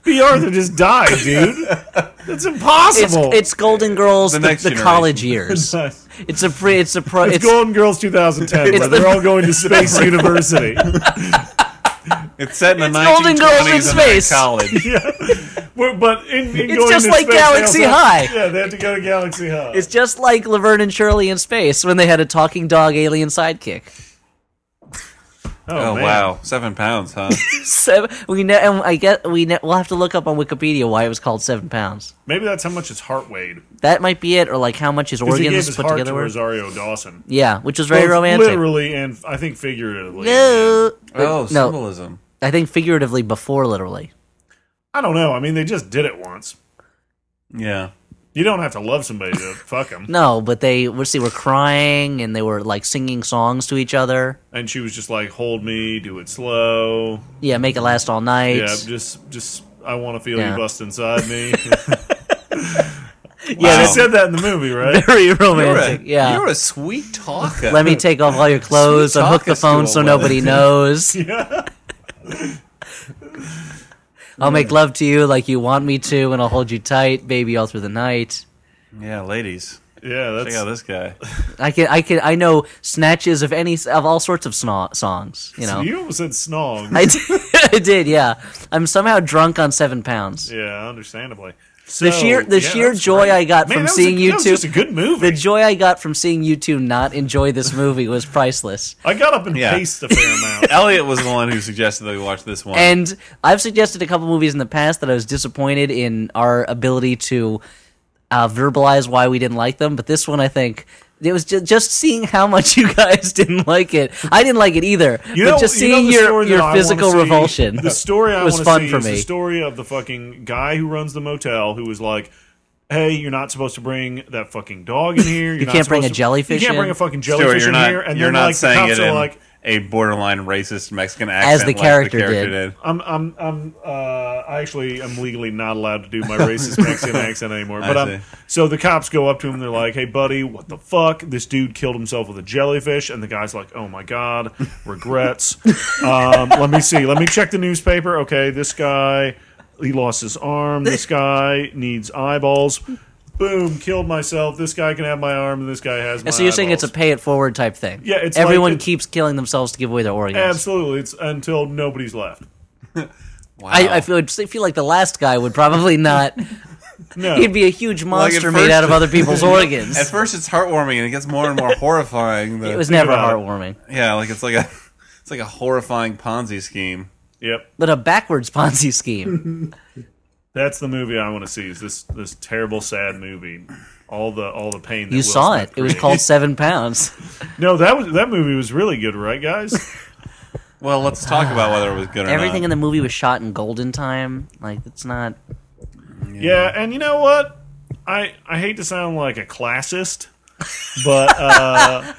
Speaker 2: B. Arthur just died, dude. That's
Speaker 3: It's,
Speaker 2: impossible.
Speaker 3: it's Golden Girls the,
Speaker 1: The next
Speaker 3: the
Speaker 1: generation.
Speaker 3: college
Speaker 1: <laughs>
Speaker 3: years.
Speaker 2: It's
Speaker 3: It's a pre it's a pro it's,
Speaker 2: Golden Girls 2010, where
Speaker 3: the-
Speaker 2: they're all going to
Speaker 3: <laughs>
Speaker 2: Space University,
Speaker 1: It's set in the
Speaker 3: It's
Speaker 1: 1920s
Speaker 3: Golden Girls in
Speaker 1: and they're
Speaker 2: <laughs>
Speaker 3: space.
Speaker 1: college.
Speaker 2: We're- but in, in
Speaker 3: It's
Speaker 2: going
Speaker 3: just
Speaker 2: to
Speaker 3: like
Speaker 2: space, they
Speaker 3: Galaxy
Speaker 2: also-
Speaker 3: High.
Speaker 2: Yeah, they had to go to Galaxy High.
Speaker 3: it's just like Laverne and Shirley in space when they had a talking dog alien sidekick. <laughs>
Speaker 1: Oh
Speaker 2: Oh, man.
Speaker 1: wow, seven pounds, huh?
Speaker 3: Seven. We know, and I get we know, we'll have to look up on Wikipedia why it was called seven pounds.
Speaker 2: Maybe that's how much his heart weighed.
Speaker 3: That might be it, or like how much his
Speaker 2: Because he gave
Speaker 3: organs
Speaker 2: his
Speaker 3: put
Speaker 2: heart
Speaker 3: together
Speaker 2: to
Speaker 3: were.
Speaker 2: Rosario Dawson.
Speaker 3: Yeah, which was very
Speaker 2: Both
Speaker 3: romantic.
Speaker 2: Literally and I think figuratively.
Speaker 3: <laughs> No,
Speaker 1: oh,
Speaker 3: no.
Speaker 1: symbolism.
Speaker 3: I think figuratively before literally.
Speaker 2: I don't know. I mean, they just did it once.
Speaker 1: Yeah.
Speaker 2: You don't have to love somebody to <laughs> fuck them.
Speaker 3: No, but they let's see, were crying and they were like singing songs to each other.
Speaker 2: And she was just like, "Hold me, do it slow."
Speaker 3: Yeah, make it last all night.
Speaker 2: Yeah, just just I want to feel
Speaker 3: Yeah.
Speaker 2: you bust inside
Speaker 3: <laughs>
Speaker 2: me.
Speaker 3: Yeah,
Speaker 2: She
Speaker 3: that's
Speaker 2: said that in the
Speaker 3: <laughs>
Speaker 2: movie, right?
Speaker 3: very
Speaker 1: You're
Speaker 3: romantic.
Speaker 1: a,
Speaker 3: yeah.
Speaker 1: you're a sweet talker.
Speaker 3: Let me take off all your clothes,
Speaker 1: Sweet
Speaker 3: unhook the
Speaker 1: talkers to
Speaker 3: phone
Speaker 1: a
Speaker 3: so
Speaker 2: <laughs>
Speaker 3: nobody knows. I'll make love to you like you want me to, and I'll hold you tight, baby, all through the night.
Speaker 1: Yeah, ladies,
Speaker 2: yeah,
Speaker 1: check
Speaker 2: that's
Speaker 1: out this guy.
Speaker 3: I can, I can, I know snatches of any of all sorts of sno- songs. You know,
Speaker 2: you almost said snog.
Speaker 3: I did, <laughs> I did, yeah. I'm somehow drunk on seven pounds.
Speaker 2: yeah, understandably.
Speaker 3: The
Speaker 2: So,
Speaker 3: sheer the
Speaker 2: yeah,
Speaker 3: sheer
Speaker 2: that's
Speaker 3: joy
Speaker 2: great.
Speaker 3: I got
Speaker 2: Man,
Speaker 3: from
Speaker 2: that was
Speaker 3: seeing
Speaker 2: a,
Speaker 3: you
Speaker 2: that was
Speaker 3: two,
Speaker 2: just a good movie.
Speaker 3: the joy I got from seeing you two not enjoy this movie was priceless.
Speaker 2: I got up and
Speaker 1: Yeah.
Speaker 2: paced a fair amount.
Speaker 1: Elliot was the one who suggested that we watch this one.
Speaker 3: And I've suggested a couple movies in the past that I was disappointed in our ability to uh, verbalize why we didn't like them, but this one I think it was ju- just seeing how much you guys <laughs> didn't like it. I didn't like it either, <laughs>
Speaker 2: You
Speaker 3: but
Speaker 2: know,
Speaker 3: just
Speaker 2: you know
Speaker 3: seeing
Speaker 2: the
Speaker 3: your
Speaker 2: story that I
Speaker 3: your
Speaker 2: wanna
Speaker 3: physical
Speaker 2: see?
Speaker 3: revulsion.
Speaker 2: The story I
Speaker 3: was
Speaker 2: wanna
Speaker 3: fun
Speaker 2: see
Speaker 3: for
Speaker 2: is the
Speaker 3: me.
Speaker 2: story of the fucking guy who runs the motel who was like, "Hey, you're not supposed to bring that fucking dog in
Speaker 3: <laughs>
Speaker 2: here. You're not
Speaker 3: can't bring
Speaker 2: supposed to-
Speaker 3: a jellyfish
Speaker 2: You can't bring
Speaker 3: in."
Speaker 2: a fucking
Speaker 1: Stuart,
Speaker 2: jellyfish
Speaker 1: you're
Speaker 2: in
Speaker 1: not
Speaker 2: here." And
Speaker 1: you're
Speaker 2: then
Speaker 1: not
Speaker 2: like the
Speaker 1: saying
Speaker 2: cops
Speaker 1: it
Speaker 2: are
Speaker 1: in
Speaker 2: like,
Speaker 1: a borderline racist Mexican accent
Speaker 3: As the
Speaker 1: like
Speaker 3: character did.
Speaker 2: I'm I'm I'm uh, I actually am legally not allowed to
Speaker 1: <laughs>
Speaker 2: do my racist Mexican accent anymore. But
Speaker 1: I
Speaker 2: I'm,
Speaker 1: see.
Speaker 2: so the cops go up to him. They're like, "Hey, buddy, what the fuck? This dude killed himself with a jellyfish." And the guy's like, "Oh my god,
Speaker 1: <laughs>
Speaker 2: regrets." um, let me see. Let me check the newspaper. Okay, this guy, he lost his arm. This guy needs eyeballs. Boom, killed myself. This guy can have my arm, and this guy has. my
Speaker 3: <laughs> so you're saying it's a
Speaker 2: eyeballs."
Speaker 3: pay it forward type thing?
Speaker 2: Yeah, it's like-
Speaker 3: everyone
Speaker 2: it-
Speaker 3: keeps killing themselves to give away their organs.
Speaker 2: absolutely. It's until nobody's left.
Speaker 1: Wow.
Speaker 3: I, I feel, I feel like the last guy would
Speaker 2: <laughs>
Speaker 3: probably not.
Speaker 2: No,
Speaker 3: He'd be a huge
Speaker 1: at
Speaker 3: monster
Speaker 1: first-
Speaker 3: made out of
Speaker 2: <laughs>
Speaker 3: other people's organs.
Speaker 1: At first, it's heartwarming, and it gets more and
Speaker 3: <laughs>
Speaker 1: more horrifying. The,
Speaker 3: it was never
Speaker 2: about it.
Speaker 3: heartwarming,
Speaker 1: yeah, like it's like a it's like a horrifying Ponzi scheme.
Speaker 2: yep.
Speaker 3: but a backwards Ponzi scheme.
Speaker 2: That's the movie I want to see. Is this this terrible sad movie? All the all the pain. That
Speaker 3: You
Speaker 2: Will
Speaker 3: saw
Speaker 2: Smith
Speaker 3: it. It was
Speaker 2: created.
Speaker 3: called Seven Pounds.
Speaker 2: <laughs> No, that was that movie was really good, right, guys?
Speaker 1: Well, let's talk about whether it was good or
Speaker 3: Everything in
Speaker 1: not.
Speaker 3: the movie was shot in golden time. Like it's not.
Speaker 2: yeah, and you know what? I I hate to sound like a classist, but uh,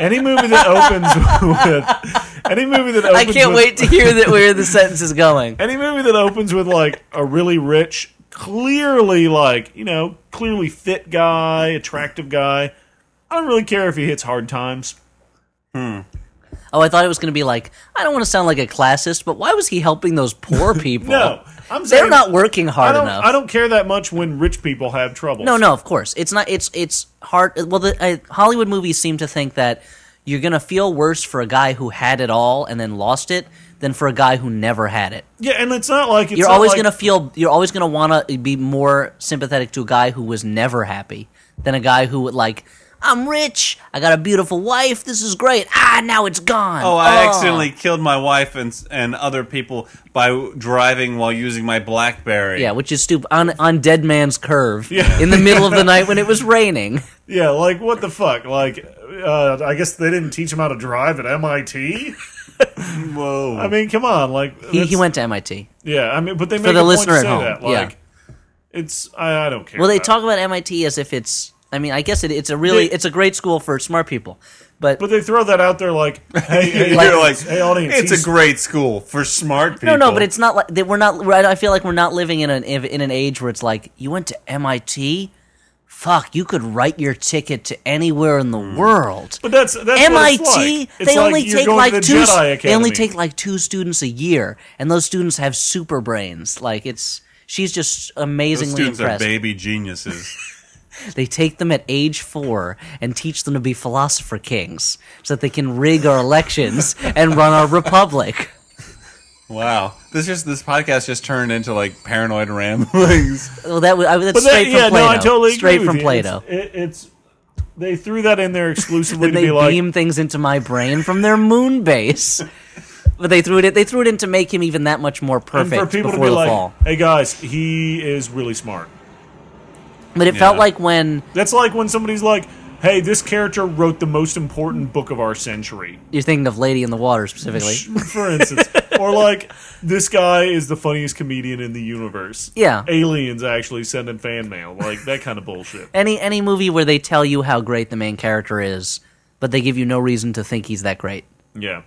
Speaker 2: any movie that opens <laughs> with any movie that opens
Speaker 3: I can't
Speaker 2: with,
Speaker 3: wait to hear that where <laughs> the sentence is going.
Speaker 2: any movie that opens with like a really rich, clearly like you know clearly fit guy, attractive guy. I don't really care if he hits hard times.
Speaker 3: Oh, I thought it was going to be like I don't want to sound like a classist, but why was he helping
Speaker 2: <laughs>
Speaker 3: those poor people?
Speaker 2: No, I'm saying
Speaker 3: they're not working
Speaker 2: I
Speaker 3: hard
Speaker 2: don't,
Speaker 3: enough.
Speaker 2: I don't care that much when rich people have trouble.
Speaker 3: No, no, of course it's not. It's it's hard. Well, the I, Hollywood movies seem to think that you're gonna feel worse for a guy who had it all and then lost it than for a guy who never had it.
Speaker 2: Yeah, and it's not like it's
Speaker 3: You're
Speaker 2: not
Speaker 3: always
Speaker 2: like-
Speaker 3: gonna feel. You're always gonna wanna be more sympathetic to a guy who was never happy than a guy who would like. I'm rich. I got a beautiful wife. This is great. Ah, now it's gone.
Speaker 1: Oh, I
Speaker 3: Ah."
Speaker 1: accidentally killed my wife and s- and other people by w- driving while using my BlackBerry.
Speaker 3: Yeah, which is stupid. On on Dead Man's Curve,
Speaker 2: Yeah.
Speaker 3: in the middle of the night when it was raining.
Speaker 2: Yeah, like what the fuck? Like, uh, I guess they didn't teach him how to drive at MIT.
Speaker 1: Whoa.
Speaker 2: I mean, come on, like
Speaker 3: He,
Speaker 2: that's-
Speaker 3: he went to MIT.
Speaker 2: Yeah, I mean, but they make
Speaker 3: the
Speaker 2: a
Speaker 3: listener
Speaker 2: point
Speaker 3: at
Speaker 2: to say
Speaker 3: home,
Speaker 2: that.
Speaker 3: yeah.
Speaker 2: Like, it's I, I don't care.
Speaker 3: Well, they
Speaker 2: about-
Speaker 3: talk about MIT as if it's. I mean, I guess it, it's a really
Speaker 2: They-
Speaker 3: it's a great school for smart people, but,
Speaker 2: but they throw that out there
Speaker 3: <laughs>
Speaker 2: like, hey, hey,
Speaker 1: You're like,
Speaker 2: audience, hey, audience,
Speaker 1: it's
Speaker 2: he's-
Speaker 1: a great school for smart people.
Speaker 3: no, no. But it's not like that. We're not. we're- I feel like we're not living in an in an age where it's like you went to MIT. Fuck, you could write your ticket to anywhere in the world.
Speaker 2: Hmm. But that's, that's what it's
Speaker 3: MIT,
Speaker 2: like. It's
Speaker 3: they only
Speaker 2: you're
Speaker 3: take
Speaker 2: going
Speaker 3: like
Speaker 2: to the
Speaker 3: two.
Speaker 2: Jedi
Speaker 3: s- They
Speaker 2: Academy.
Speaker 3: only take like two students a year, and those students have super brains. Like it's. She's just
Speaker 1: Those
Speaker 3: amazingly
Speaker 1: students
Speaker 3: impressed.
Speaker 1: are baby geniuses.
Speaker 3: They take them at age four and teach them to be philosopher kings so that they can rig our elections and run our republic. <laughs>
Speaker 1: Wow, this just this podcast just turned into like paranoid ramblings.
Speaker 3: Well, that was, I, that's
Speaker 2: But that-
Speaker 3: straight from
Speaker 2: yeah,
Speaker 3: Plato.
Speaker 2: no, I totally agree
Speaker 3: straight
Speaker 2: with
Speaker 3: from
Speaker 2: you.
Speaker 3: Plato.
Speaker 2: It's, it, it's they threw that in
Speaker 3: <laughs>
Speaker 2: there exclusively
Speaker 3: Then
Speaker 2: to
Speaker 3: they
Speaker 2: be like,
Speaker 3: beam things into my brain from their
Speaker 2: <laughs>
Speaker 3: moon base. But they threw it. They threw it in to make him even that much more
Speaker 2: and
Speaker 3: perfect
Speaker 2: for people to
Speaker 3: before
Speaker 2: be
Speaker 3: the
Speaker 2: like,
Speaker 3: fall.
Speaker 2: hey guys, he is really smart.
Speaker 3: But it felt
Speaker 1: Yeah.
Speaker 3: like when
Speaker 2: That's like when somebody's like, "Hey, this character wrote the most important book of our century."
Speaker 3: you're thinking of Lady in the Water specifically. <laughs>
Speaker 2: For instance, or like this guy is the funniest comedian in the universe.
Speaker 3: Yeah.
Speaker 2: aliens actually sending fan mail, like that kind of bullshit.
Speaker 3: Any any movie where they tell you how great the main character is, but they give you no reason to think he's that great.
Speaker 2: Yeah,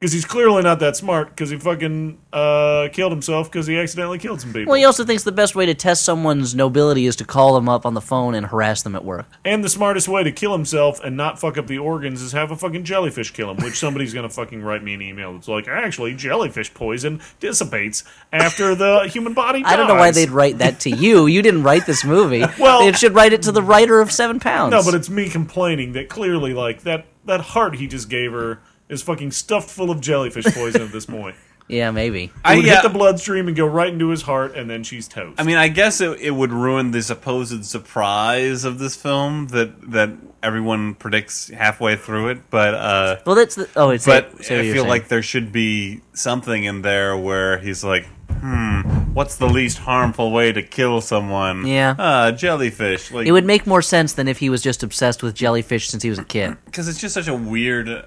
Speaker 2: because he's clearly not that smart. Because he fucking uh, killed himself because he accidentally killed some people.
Speaker 3: Well, he also thinks the best way to test someone's nobility is to call them up on the phone and harass them at work.
Speaker 2: and the smartest way to kill himself and not fuck up the organs is have a fucking jellyfish kill him. Which somebody's gonna fucking write me an email that's like, actually, jellyfish poison dissipates after the human body. Dies.
Speaker 3: I don't know why they'd write that to you. You didn't write this movie.
Speaker 2: <laughs> Well-
Speaker 3: they should write it to the writer of Seven Pounds.
Speaker 2: No, but it's me complaining that clearly, like that that heart he just gave her is fucking stuffed full of jellyfish poison at
Speaker 1: <laughs>
Speaker 2: this point.
Speaker 3: yeah, maybe.
Speaker 2: It
Speaker 1: I,
Speaker 2: would
Speaker 1: yeah,
Speaker 2: hit the bloodstream and go right into his heart, and then she's
Speaker 1: <laughs>
Speaker 2: toast.
Speaker 1: I mean, I guess it, it would ruin the supposed surprise of this film that that everyone predicts halfway through it. But uh,
Speaker 3: Well, that's the, oh, it's
Speaker 1: but
Speaker 3: say what
Speaker 1: I
Speaker 3: you're
Speaker 1: feel
Speaker 3: saying.
Speaker 1: like there should be something in there where he's like, hmm, what's the least harmful way to kill someone?
Speaker 3: Yeah.
Speaker 1: uh, jellyfish. Like,
Speaker 3: it would make more sense than if he was just obsessed with jellyfish since he was
Speaker 1: <clears throat>
Speaker 3: a kid.
Speaker 1: because it's just such a weird,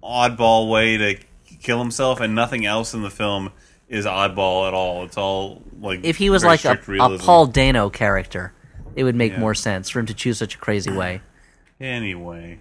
Speaker 1: oddball way to kill himself, and nothing else in the film is oddball at all. It's all like
Speaker 3: If he was
Speaker 1: very
Speaker 3: like a,
Speaker 1: strict
Speaker 3: a
Speaker 1: realism.
Speaker 3: Paul Dano character, it would make
Speaker 1: Yeah.
Speaker 3: more sense for him to choose such
Speaker 1: <clears throat>
Speaker 3: a crazy way.
Speaker 1: Anyway,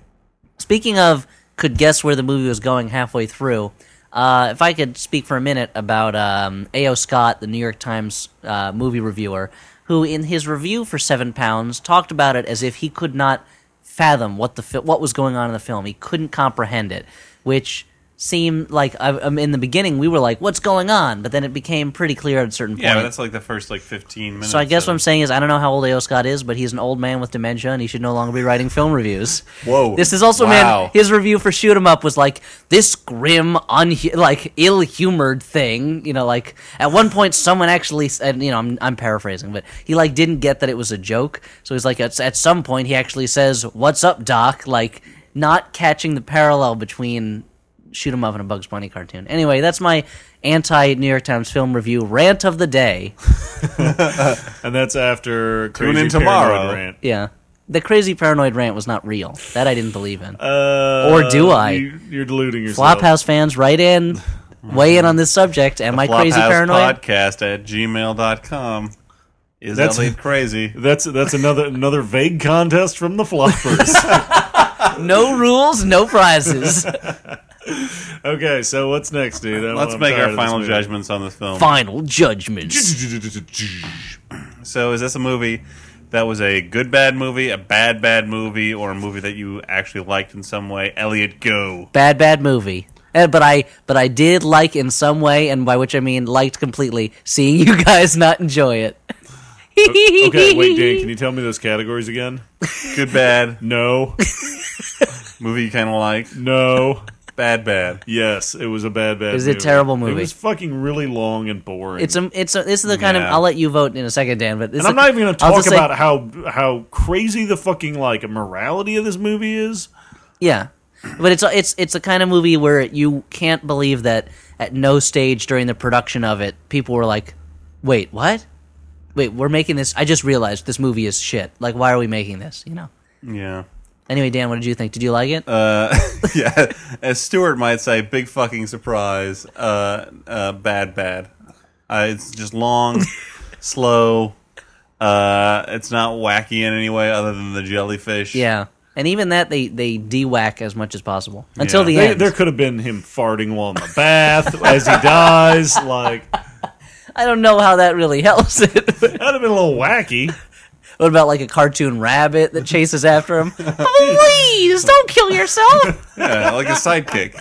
Speaker 3: Speaking of, could guess where the movie was going halfway through. Uh, if I could speak for a minute about um, A.O. Scott, the New York Times uh, movie reviewer, who in his review for Seven Pounds talked about it as if he could not fathom what the fi- what was going on in the film. He couldn't comprehend it, which seemed like I, um, in the beginning we were like, "What's going on?" But then it became pretty clear at a certain
Speaker 1: yeah, but
Speaker 3: point.
Speaker 1: that's like the first like fifteen minutes.
Speaker 3: so I guess
Speaker 1: of
Speaker 3: what I'm
Speaker 1: it.
Speaker 3: saying is I don't know how old A.O. Scott is, but he's an old man with dementia, and he should no longer be writing film reviews.
Speaker 1: Whoa.
Speaker 3: This is also man.
Speaker 1: Oh, Wow.
Speaker 3: His review for Shoot 'Em Up was like this grim, unhu- like ill-humored thing. You know, like at one point someone actually said, you know, I'm I'm paraphrasing, but he like didn't get that it was a joke. So he's like, at, at some point he actually says, "What's up, Doc?" Like not catching the parallel between Shoot 'Em Up and a Bugs Bunny cartoon. Anyway, that's my anti-New York Times film review rant of the day.
Speaker 2: and that's after
Speaker 1: Tune
Speaker 2: crazy
Speaker 1: in tomorrow.
Speaker 2: Paranoid rant.
Speaker 3: Yeah. The crazy paranoid rant was not real. That I didn't believe in.
Speaker 2: Uh,
Speaker 3: Or do I?
Speaker 2: You, you're deluding yourself.
Speaker 3: Flophouse fans,
Speaker 2: <laughs>
Speaker 3: write in, weigh in on this subject. Am I crazy
Speaker 1: Flophouse
Speaker 3: paranoid?
Speaker 1: podcast at gmail.com is
Speaker 2: That's-
Speaker 1: Elliot
Speaker 2: <laughs>
Speaker 1: crazy
Speaker 2: That's that's another another vague contest from the floppers.
Speaker 3: No rules,
Speaker 2: <laughs>
Speaker 3: no prizes.
Speaker 2: okay, so what's next, dude? I'm-
Speaker 1: let's
Speaker 2: I'm
Speaker 1: make
Speaker 2: tired
Speaker 1: our
Speaker 2: of
Speaker 1: final
Speaker 2: this
Speaker 1: judgments on this film
Speaker 3: Final judgments.
Speaker 2: movie.
Speaker 1: so is this a movie that was a good bad movie a bad bad movie or a movie that you actually liked in some way elliot go
Speaker 3: Bad, bad movie. Eh, But I, but I did like in some way, and by which I mean liked completely, seeing you guys not enjoy it.
Speaker 2: <laughs> Okay, wait,
Speaker 3: <laughs>
Speaker 2: Dan, can you tell me those categories again?
Speaker 1: good bad <laughs>
Speaker 2: No,
Speaker 1: movie you kind of like
Speaker 2: no.
Speaker 1: bad bad
Speaker 2: Yes, it was a bad, bad. It
Speaker 3: was a terrible
Speaker 2: It
Speaker 3: movie.
Speaker 2: was fucking really long and boring.
Speaker 3: It's a, it's a, this is the kind of.
Speaker 1: Yeah.
Speaker 3: I'll let you vote in a second, Dan. But this
Speaker 2: and I'm not even going to
Speaker 3: I'll
Speaker 2: talk
Speaker 3: just say-
Speaker 2: about how how crazy the fucking like morality of this movie is.
Speaker 3: Yeah, but it's it's it's the kind of movie where you can't believe that at no stage during the production of it, people were like, "Wait, what? Wait, we're making this? I just realized this movie is shit. Like, why are we making this? You know."
Speaker 1: yeah
Speaker 3: Anyway, Dan, what did you think? Did you like it?
Speaker 1: <laughs> yeah as stuart might say big fucking surprise uh, uh bad bad uh, it's just
Speaker 2: <laughs>
Speaker 1: long slow uh it's not wacky in any way other than the jellyfish
Speaker 3: yeah, and even that they they de-whack as much as possible until
Speaker 1: Yeah.
Speaker 3: the
Speaker 2: They,
Speaker 3: end.
Speaker 2: there could have been him farting while in the bath <laughs> as he dies. Like
Speaker 3: I don't know how that really <laughs> helps it.
Speaker 2: that'd have been a little wacky.
Speaker 3: what about like a cartoon rabbit that chases after him? oh, please don't kill yourself.
Speaker 1: Yeah, like a sidekick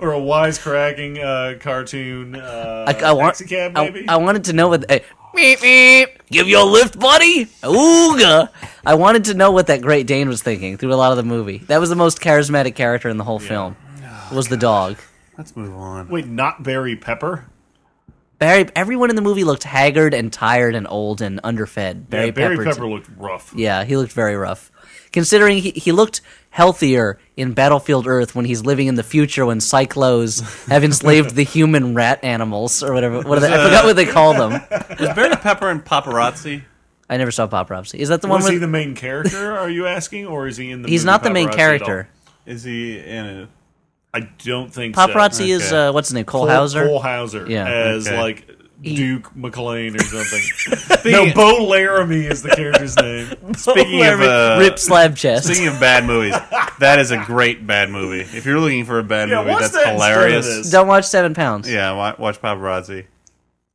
Speaker 2: Or a wisecracking uh, cartoon uh,
Speaker 3: I, I want.
Speaker 2: taxi cab,
Speaker 3: I,
Speaker 2: maybe?
Speaker 3: I wanted to know what. eh, meep, meep. Give you a lift, buddy. Ooga. I wanted to know what that Great Dane was thinking through a lot of the movie. That was the most charismatic character in the whole film.
Speaker 2: Oh,
Speaker 3: Was the dog
Speaker 1: let's move on
Speaker 2: Wait, not Barry Pepper?
Speaker 3: Barry? Everyone in the movie looked haggard and tired and old and underfed. Barry,
Speaker 2: yeah, Barry
Speaker 3: Pepper's-
Speaker 2: Pepper looked rough.
Speaker 3: Yeah, he looked very rough. Considering he, he looked healthier in Battlefield Earth when he's living in the future when cyclos
Speaker 2: <laughs>
Speaker 3: have enslaved the human rat animals or whatever. What are
Speaker 2: Uh,
Speaker 3: they, I forgot what they call them.
Speaker 1: Is Barry Pepper and Paparazzi?
Speaker 3: I never saw Pop Robsy. Is that the one
Speaker 2: Was
Speaker 3: with
Speaker 2: he the main character? Are you asking, or is he in the?
Speaker 3: He's
Speaker 2: movie
Speaker 3: not the main
Speaker 2: Paparazzi at all?
Speaker 3: character.
Speaker 1: Is he in it?
Speaker 2: I don't think so.
Speaker 3: Paparazzi is
Speaker 1: Okay.
Speaker 3: uh, what's his name? Cole,
Speaker 2: Cole
Speaker 3: Hauser. <laughs>
Speaker 2: Cole Hauser
Speaker 3: Yeah.
Speaker 2: as
Speaker 1: Okay.
Speaker 2: like
Speaker 3: He-
Speaker 2: Duke McLean or
Speaker 3: <laughs>
Speaker 2: something. no, Bo Laramie is the <laughs> character's name.
Speaker 1: Speaking of uh,
Speaker 3: rip slab chest. <laughs>
Speaker 1: speaking of bad movies, that is a great bad movie. If you're looking for a bad
Speaker 2: Yeah,
Speaker 1: movie,
Speaker 2: what's
Speaker 1: that's
Speaker 2: that instead of
Speaker 1: hilarious.
Speaker 2: this?
Speaker 3: Don't watch Seven Pounds.
Speaker 1: Yeah, wa- watch Paparazzi.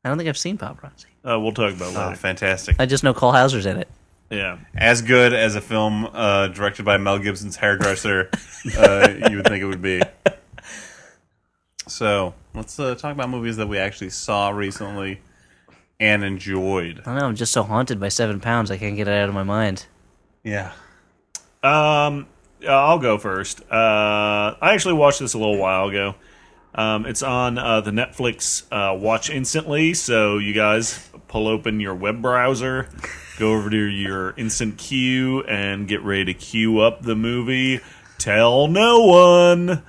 Speaker 3: I don't think I've seen Paparazzi.
Speaker 2: Uh, we'll talk about
Speaker 1: Oh,
Speaker 2: that.
Speaker 1: fantastic.
Speaker 3: I just know Cole Hauser's in it.
Speaker 2: Yeah.
Speaker 1: As good as a film uh, directed by Mel Gibson's hairdresser, uh, you would think it would be. So let's uh, talk about movies that we actually saw recently and enjoyed.
Speaker 3: I don't know. I'm just so haunted by Seven Pounds. I can't get it out of my mind.
Speaker 1: Yeah.
Speaker 2: Um, uh, I'll go first. Uh, I actually watched this a little while ago. Um, it's on uh, the Netflix uh, Watch Instantly, so you guys pull open your web browser, go over to your instant queue, and get ready to queue up the movie. Tell no one.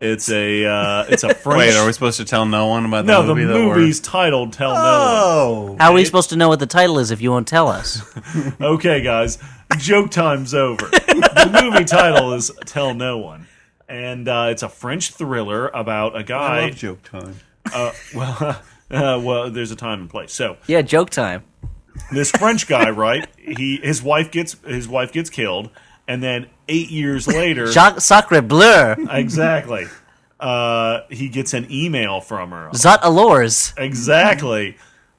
Speaker 2: It's a uh,
Speaker 1: <laughs>
Speaker 2: it's a French.
Speaker 1: Wait, are we supposed to tell no one about the
Speaker 2: no,
Speaker 1: movie?
Speaker 2: the
Speaker 1: that we're-
Speaker 2: movie's titled "Tell No
Speaker 1: Oh.
Speaker 3: How are we supposed to know what the title is if you won't
Speaker 2: <laughs>
Speaker 3: tell us?
Speaker 2: One." Okay, guys, joke time's over. the movie title is "Tell No One," and uh, it's a French thriller about a
Speaker 1: I
Speaker 2: guy
Speaker 1: love joke time.
Speaker 2: uh, well, uh, well, there's a time and place. So
Speaker 3: Yeah, joke time.
Speaker 2: this French guy,
Speaker 3: <laughs>
Speaker 2: right? He his wife gets his wife gets killed, and then eight years later,
Speaker 3: Jacques Sacre Bleu.
Speaker 2: exactly, uh, he gets an email from her.
Speaker 3: Zot
Speaker 2: <laughs>
Speaker 3: Allures.
Speaker 2: Exactly.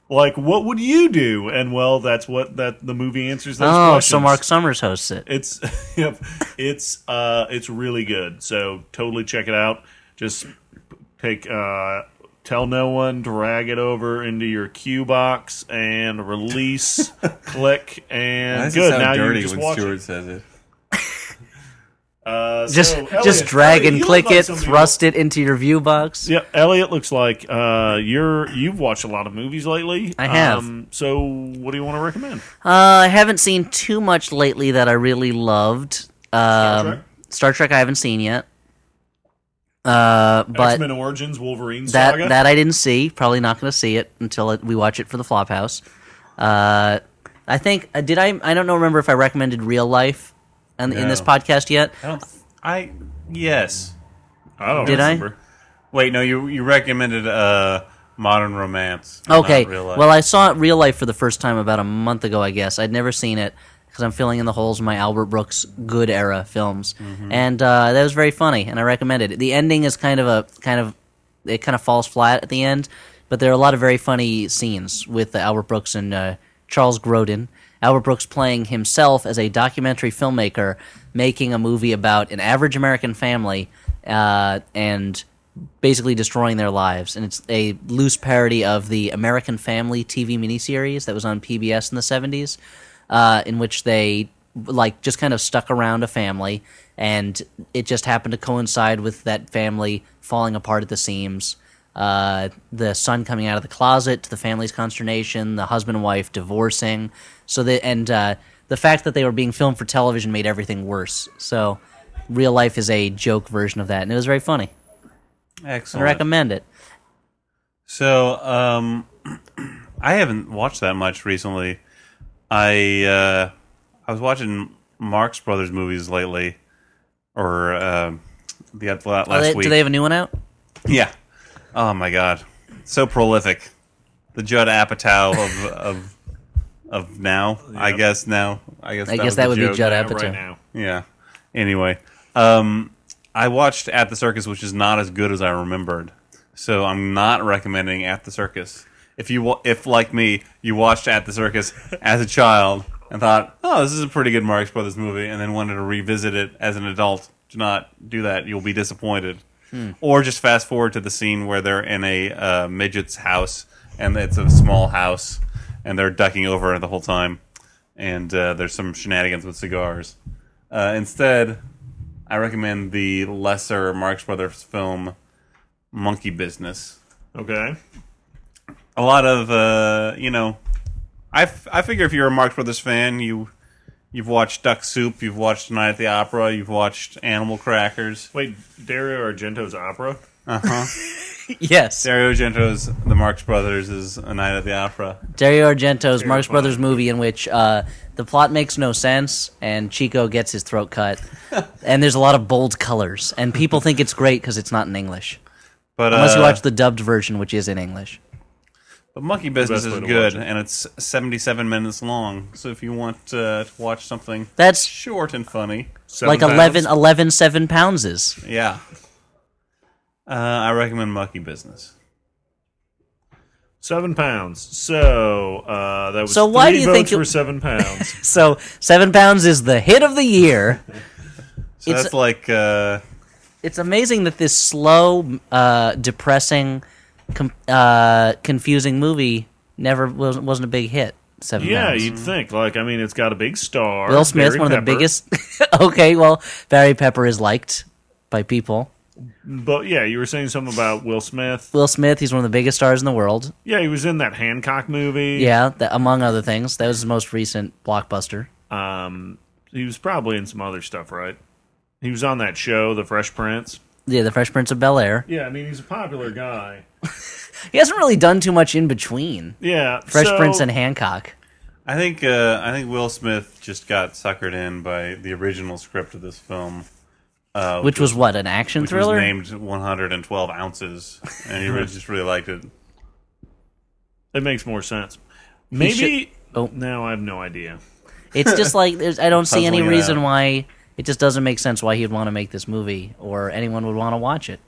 Speaker 2: Like, what would you do? And well, that's what that the movie answers those
Speaker 3: Oh,
Speaker 2: questions.
Speaker 3: so Mark Summers hosts it.
Speaker 2: It's <laughs> yep, it's uh, it's really good. So totally check it out. Just take uh, tell no one, drag it over into your cue box and release,
Speaker 1: <laughs>
Speaker 2: click,
Speaker 1: Why
Speaker 2: and
Speaker 1: does it
Speaker 2: good.
Speaker 1: sound
Speaker 2: Now
Speaker 1: dirty
Speaker 2: you just
Speaker 1: when
Speaker 2: watch
Speaker 1: Stewart
Speaker 2: it.
Speaker 1: says it.
Speaker 2: Uh, so,
Speaker 3: Just
Speaker 2: Elliot-
Speaker 3: just drag
Speaker 2: Elliot,
Speaker 3: and
Speaker 2: you
Speaker 3: click
Speaker 2: look like
Speaker 3: it,
Speaker 2: somebody-
Speaker 3: thrust it into your view box.
Speaker 2: Yeah, Elliot looks like uh, you're you've watched a lot of movies lately.
Speaker 3: I have.
Speaker 2: Um, so what do you want to recommend?
Speaker 3: Uh, I haven't seen too much lately that I really loved. Um,
Speaker 2: Trek?
Speaker 3: Star Trek I haven't seen yet. Uh, but
Speaker 2: X Men Origins Wolverine
Speaker 3: that
Speaker 2: Saga.
Speaker 3: that I didn't see. Probably not going to see it until it, we watch it for the Flophouse. Uh, I think uh, did I? I don't know. Remember if I recommended Real Life in, in this
Speaker 1: No.
Speaker 3: podcast yet?
Speaker 1: I don't. I yes.
Speaker 2: I don't
Speaker 3: Did I?
Speaker 2: remember.
Speaker 1: Wait, no. You you recommended uh, Modern Romance.
Speaker 3: Okay.
Speaker 1: not Real Life.
Speaker 3: Well, I saw it real life for the first time about a month ago, I guess. I'd never seen it because I'm filling in the holes in my Albert Brooks good era films,
Speaker 1: Mm-hmm.
Speaker 3: and uh, that was very funny, and I recommend it. The ending is kind of a kind of it kind of falls flat at the end, but there are a lot of very funny scenes with uh, Albert Brooks and uh, Charles Grodin. Albert Brooks playing himself as a documentary filmmaker, making a movie about an average American family uh, and basically destroying their lives. And it's a loose parody of the American Family TV miniseries that was on PBS in the 70s, uh, in which they like just kind of stuck around a family and it just happened to coincide with that family falling apart at the seams uh, the son coming out of the closet to the family's consternation, the husband and wife divorcing. So the and uh, the fact that they were being filmed for television made everything worse. So real life is a joke version of that, and it was very funny. I
Speaker 1: excellent.
Speaker 3: recommend it.
Speaker 1: So, um, <clears throat> I haven't watched that much recently. I uh, I was watching Marx Brothers movies lately, or uh, the last
Speaker 3: Are Oh, they-
Speaker 1: week.
Speaker 3: do they have a new one out?
Speaker 1: <laughs> Yeah. Oh my god, so prolific. The Judd Apatow of of of now, I
Speaker 2: Yep.
Speaker 1: guess now. I guess
Speaker 3: I
Speaker 1: that
Speaker 3: guess
Speaker 1: was
Speaker 3: that
Speaker 1: the
Speaker 3: would be
Speaker 1: joke.
Speaker 3: Judd
Speaker 2: Yeah,
Speaker 3: Apatow.
Speaker 2: right now.
Speaker 1: Yeah. Anyway, um, I watched At the Circus, which is not as good as I remembered. So I'm not recommending At the Circus. If you wa- if like me, you watched At the Circus <laughs> as a child and thought, "Oh, this is a pretty good Marx Brothers movie," and then wanted to revisit it as an adult, do not do that. You'll be disappointed. Or just fast forward to the scene where they're in a uh, midget's house, and it's a small house, and they're ducking over the whole time, and uh, there's some shenanigans with cigars. Uh, instead, I recommend the lesser Marx Brothers film Monkey Business.
Speaker 2: Okay.
Speaker 1: A lot of uh, you know, I, f- I figure if you're a Marx Brothers fan, you you've watched Duck Soup, you've watched Night at the Opera, you've watched Animal Crackers.
Speaker 2: Wait, Dario Argento's opera?
Speaker 1: Uh huh.
Speaker 3: yes.
Speaker 1: Dario Argento's The Marx Brothers is A Night at the Opera.
Speaker 3: Dario Argento's Marx Brothers movie in which uh, the plot makes no sense and Chico gets his throat cut, and there's a lot of bold colors, and people think it's great because it's not in English.
Speaker 1: But
Speaker 3: Unless
Speaker 1: uh,
Speaker 3: you watch the dubbed version, which is in English.
Speaker 1: but Monkey Business
Speaker 2: best
Speaker 1: is
Speaker 2: way to
Speaker 1: good,
Speaker 2: watch it.
Speaker 1: and it's 77 minutes long. So if you want uh, to watch something
Speaker 3: That's
Speaker 1: short and funny,
Speaker 2: Seven
Speaker 3: like
Speaker 2: pounds.
Speaker 3: eleven, eleven, seven 11 7 poundses.
Speaker 1: yeah, uh, I recommend Monkey Business.
Speaker 2: Seven pounds. So uh, that was
Speaker 3: So
Speaker 2: three
Speaker 3: why do you
Speaker 2: votes
Speaker 3: think it-
Speaker 2: for seven pounds?
Speaker 3: <laughs> So 7 pounds is the hit of the year.
Speaker 1: So
Speaker 3: It's-
Speaker 1: that's like uh,
Speaker 3: It's amazing that this slow, uh, depressing, com- uh, confusing movie never was, wasn't a big hit. 7
Speaker 2: yeah,
Speaker 3: pounds.
Speaker 2: you'd think. Like, I mean, it's got a big star.
Speaker 3: Will Smith,
Speaker 2: Barry
Speaker 3: one of the
Speaker 2: Pepper.
Speaker 3: biggest. <laughs> okay, well, Barry Pepper is liked by people.
Speaker 2: But yeah, you were saying something about Will Smith.
Speaker 3: Will Smith, he's one of the biggest stars in the world.
Speaker 2: Yeah, he was in that Hancock movie.
Speaker 3: Yeah, that, among other things, that was his most recent blockbuster.
Speaker 2: Um, he was probably in some other stuff, right? He was on that show, The Fresh Prince.
Speaker 3: Yeah, The Fresh Prince of Bel Air.
Speaker 2: Yeah, I mean, he's a popular guy.
Speaker 3: He hasn't really done too much in between
Speaker 2: Yeah,
Speaker 3: Fresh
Speaker 2: so-
Speaker 3: Prince and Hancock.
Speaker 1: I think uh, I think Will Smith just got suckered in by the original script of this film, uh,
Speaker 3: Which was what an action
Speaker 1: which was
Speaker 3: thriller?
Speaker 1: named 112 Ounces, and he really, just really liked it.
Speaker 2: It makes more sense. Maybe.
Speaker 3: oh.
Speaker 2: No, I have no idea.
Speaker 3: It's just like there's, I don't see any
Speaker 1: Puzzling it
Speaker 3: reason
Speaker 1: out.
Speaker 3: why it just doesn't make sense why he'd want to make this movie or anyone would want to watch it.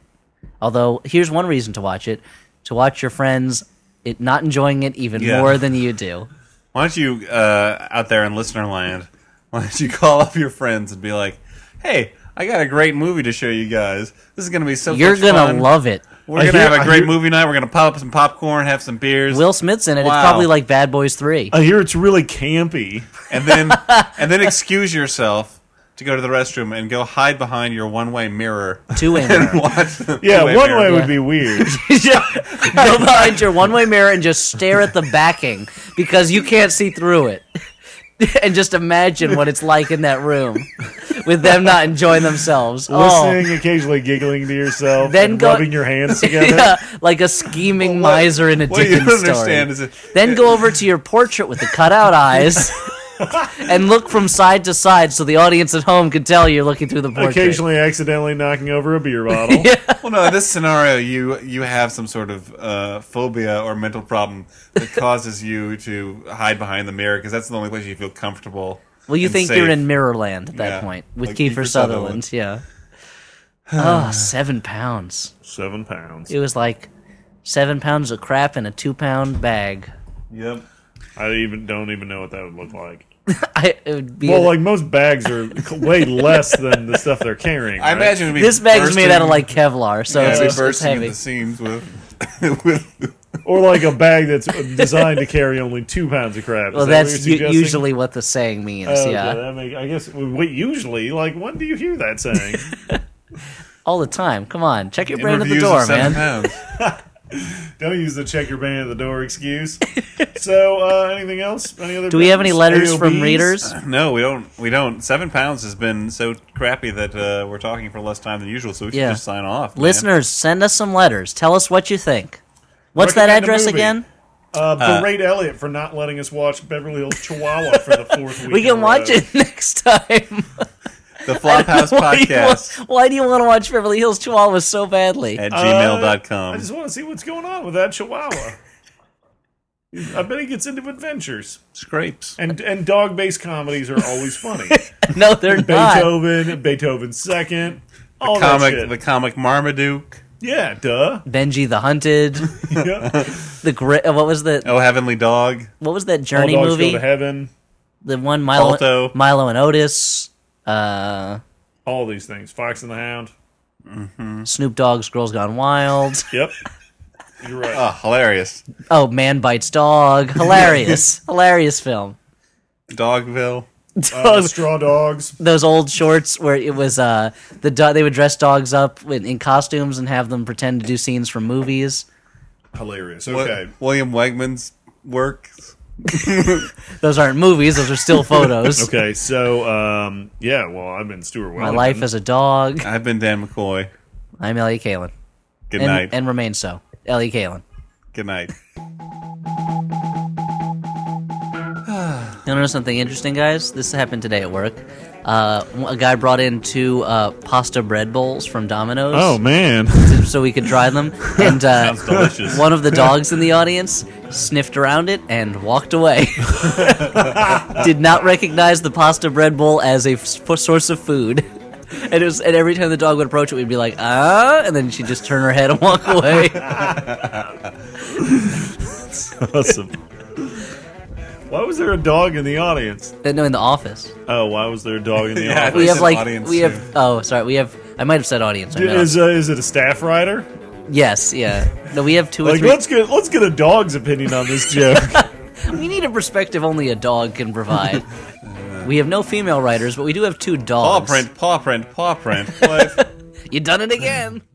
Speaker 3: Although here's one reason to watch it: to watch your friends it not enjoying it even
Speaker 1: Yeah.
Speaker 3: more than you do.
Speaker 1: Why don't you uh, out there in listener land? Why don't you call up your friends and be like, "Hey, I got a great movie to show you guys. This is gonna be so
Speaker 3: You're
Speaker 1: much
Speaker 3: gonna
Speaker 1: fun.
Speaker 3: love it.
Speaker 1: We're
Speaker 2: I
Speaker 1: gonna
Speaker 2: hear-
Speaker 1: have a
Speaker 2: I
Speaker 1: great
Speaker 2: hear-
Speaker 1: movie night. We're gonna pop some popcorn, have some beers,
Speaker 3: Will Smith's in it.
Speaker 1: Wow.
Speaker 3: It's probably like Bad
Speaker 1: <laughs>
Speaker 3: Boys Three.
Speaker 2: I hear it's really campy.
Speaker 1: and then and then excuse yourself." To go to the restroom and go hide behind your one-way mirror
Speaker 3: Two in
Speaker 1: <laughs>
Speaker 3: there.
Speaker 1: and watch. the
Speaker 2: Yeah,
Speaker 1: two-way
Speaker 2: one
Speaker 1: mirror.
Speaker 2: way
Speaker 3: Yeah.
Speaker 2: would be
Speaker 3: <laughs>
Speaker 2: weird.
Speaker 3: Go behind your one-way mirror and just stare at the backing because you can't see through it. <laughs> and just imagine what it's like in that room with them not enjoying themselves. Oh.
Speaker 2: Listening, occasionally giggling to yourself,
Speaker 3: Then
Speaker 2: and
Speaker 3: go-
Speaker 2: rubbing your hands together.
Speaker 3: <laughs> Yeah, like a scheming
Speaker 1: Well, what-
Speaker 3: miser in a
Speaker 1: what you
Speaker 3: Dickens
Speaker 1: don't
Speaker 3: story.
Speaker 1: understand is that-
Speaker 3: then go over to your portrait with the
Speaker 1: <laughs>
Speaker 3: cutout eyes and look from side to side so the audience at home can tell you're looking through the portrait.
Speaker 2: Occasionally, accidentally knocking over a beer
Speaker 3: <laughs>
Speaker 2: bottle.
Speaker 1: Well, no. In this scenario, you you have some sort of uh, phobia or mental problem that causes you to hide behind the mirror because that's the only place you feel comfortable.
Speaker 3: Well, you
Speaker 1: and
Speaker 3: think
Speaker 1: safe.
Speaker 3: you're in Mirrorland at that
Speaker 1: Yeah,
Speaker 3: point with
Speaker 1: like
Speaker 3: Kiefer,
Speaker 1: Kiefer
Speaker 3: Sutherland.
Speaker 1: Sutherland.
Speaker 3: Yeah. oh, seven pounds.
Speaker 2: Seven pounds.
Speaker 3: It was like seven pounds of crap in a two pound bag. <laughs>
Speaker 1: Yep.
Speaker 2: I even don't even know what that would look like.
Speaker 3: I, it would be
Speaker 2: Well, like most bags are way less than the stuff they're carrying.
Speaker 1: I
Speaker 2: right?
Speaker 1: imagine it'd be
Speaker 3: this bag's made out
Speaker 1: bursting-
Speaker 3: of like Kevlar, so
Speaker 1: yeah,
Speaker 3: it's,
Speaker 1: it'd be
Speaker 3: it's
Speaker 1: bursting at
Speaker 3: heavy.
Speaker 1: the seams with <laughs> with
Speaker 2: or like a bag that's designed to carry only two pounds of crab. Is
Speaker 3: Well,
Speaker 2: that what
Speaker 3: that's
Speaker 2: you're
Speaker 3: u-
Speaker 2: suggesting?
Speaker 3: usually what the saying means.
Speaker 2: Oh, okay,
Speaker 3: yeah.
Speaker 2: that make- I guess. Wait, usually, like when do you hear that
Speaker 3: <laughs>
Speaker 2: saying?
Speaker 3: all the time. Come on, check your brain at the
Speaker 1: interviews
Speaker 3: door,
Speaker 1: of seven
Speaker 3: man.
Speaker 1: pounds.
Speaker 2: don't use the check your band at the door excuse. So, uh, anything else? Any other?
Speaker 3: Do we have any
Speaker 2: business?
Speaker 3: letters from
Speaker 2: AOBs?
Speaker 3: readers?
Speaker 1: <clears throat> No, we don't. We don't. Seven pounds has been so crappy that uh, we're talking for less time than usual. So we should
Speaker 3: Yeah.
Speaker 1: just sign off. man.
Speaker 3: Listeners, send us some letters. Tell us what you think. What's that
Speaker 2: Recommend a
Speaker 3: address
Speaker 2: movie.
Speaker 3: again?
Speaker 2: Uh, berate Elliot for not letting us watch Beverly Hills Chihuahua for the fourth week.
Speaker 3: <laughs> We
Speaker 2: in a
Speaker 3: can watch
Speaker 2: row.
Speaker 3: it next time.
Speaker 1: the
Speaker 3: <laughs>
Speaker 1: Flophouse
Speaker 3: why, do you
Speaker 1: Podcast
Speaker 3: want, why do you want to watch Beverly Hills Chihuahua so badly?
Speaker 1: at
Speaker 2: Uh, I
Speaker 1: gmail.com.
Speaker 2: just want to see what's going on with that Chihuahua. I bet he gets into adventures,
Speaker 1: Scrapes.
Speaker 2: and and dog based comedies are always
Speaker 3: <laughs>
Speaker 2: funny.
Speaker 3: <laughs> no, they're not.
Speaker 2: Beethoven, Beethoven second, all that
Speaker 1: Comic.
Speaker 2: shit.
Speaker 1: The comic Marmaduke.
Speaker 2: yeah, duh.
Speaker 3: Benji the
Speaker 1: <laughs>
Speaker 3: Hunted. <laughs>
Speaker 2: Yeah.
Speaker 3: The gri- uh, what was the
Speaker 1: Oh, Heavenly Dog.
Speaker 3: what was that
Speaker 2: All
Speaker 3: Journey
Speaker 2: dogs go
Speaker 3: movie?
Speaker 2: to heaven.
Speaker 3: The one Milo
Speaker 1: Alto.
Speaker 3: Milo and Otis. Uh,
Speaker 2: All these things. Fox and the Hound.
Speaker 3: Snoop Dogg's Girls Gone Wild. <laughs>
Speaker 2: Yep. You're right.
Speaker 1: Oh, hilarious.
Speaker 3: Oh, Man Bites
Speaker 1: <laughs>
Speaker 3: Dog. Hilarious. Hilarious film.
Speaker 1: Dogville.
Speaker 2: Uh, straw dogs.
Speaker 3: those old shorts where it was uh the do- they would dress dogs up in, in costumes and have them pretend to do scenes from movies.
Speaker 2: Hilarious.
Speaker 1: Wi-
Speaker 2: Okay.
Speaker 1: William Wegman's work.
Speaker 3: Those aren't movies; those
Speaker 1: <laughs>
Speaker 3: are still photos.
Speaker 2: Okay. So, um, yeah. Well, I've been Stuart.
Speaker 3: My life as a dog.
Speaker 1: I've been Dan McCoy.
Speaker 3: I'm Elliot Kalen.
Speaker 1: Good Good
Speaker 3: and,
Speaker 1: night.
Speaker 3: and remain so. Ellie Kalen.
Speaker 1: Good night.
Speaker 3: You wanna know something interesting, guys? This happened today at work. Uh, a guy brought in two uh, pasta bread bowls from Domino's.
Speaker 2: Oh man,
Speaker 3: <laughs> so we could try them. And uh,
Speaker 1: Sounds delicious.
Speaker 3: one of the dogs in the audience sniffed around it and walked away. <laughs> Did not recognize the pasta bread bowl as a f- f- source of food. <laughs> And it was, and every time the dog would approach it, we'd be like, ah, and then she'd just turn her head and walk away. <laughs>
Speaker 2: awesome. Why was there a dog in the audience?
Speaker 3: no, in the office,
Speaker 2: Oh, why was there a dog in
Speaker 1: <laughs>
Speaker 2: the
Speaker 1: Yeah, I
Speaker 2: audience?
Speaker 1: They
Speaker 3: we have
Speaker 1: said
Speaker 3: like
Speaker 1: audience,
Speaker 3: we
Speaker 1: too.
Speaker 3: have. Oh, sorry, we have. I might have said audience. I
Speaker 2: Dude,
Speaker 3: meant-
Speaker 2: Is uh, is it a staff rider?
Speaker 3: yes, yeah. No, we have two or
Speaker 2: Like,
Speaker 3: three.
Speaker 2: let's get let's get a dog's opinion on
Speaker 1: <laughs>
Speaker 2: this joke.
Speaker 3: We need a perspective only a dog
Speaker 2: <laughs>
Speaker 3: can provide. we have no female writers, but we do have two
Speaker 1: Paw
Speaker 3: dogs.
Speaker 1: print, paw print, paw print. What?
Speaker 3: You done it again.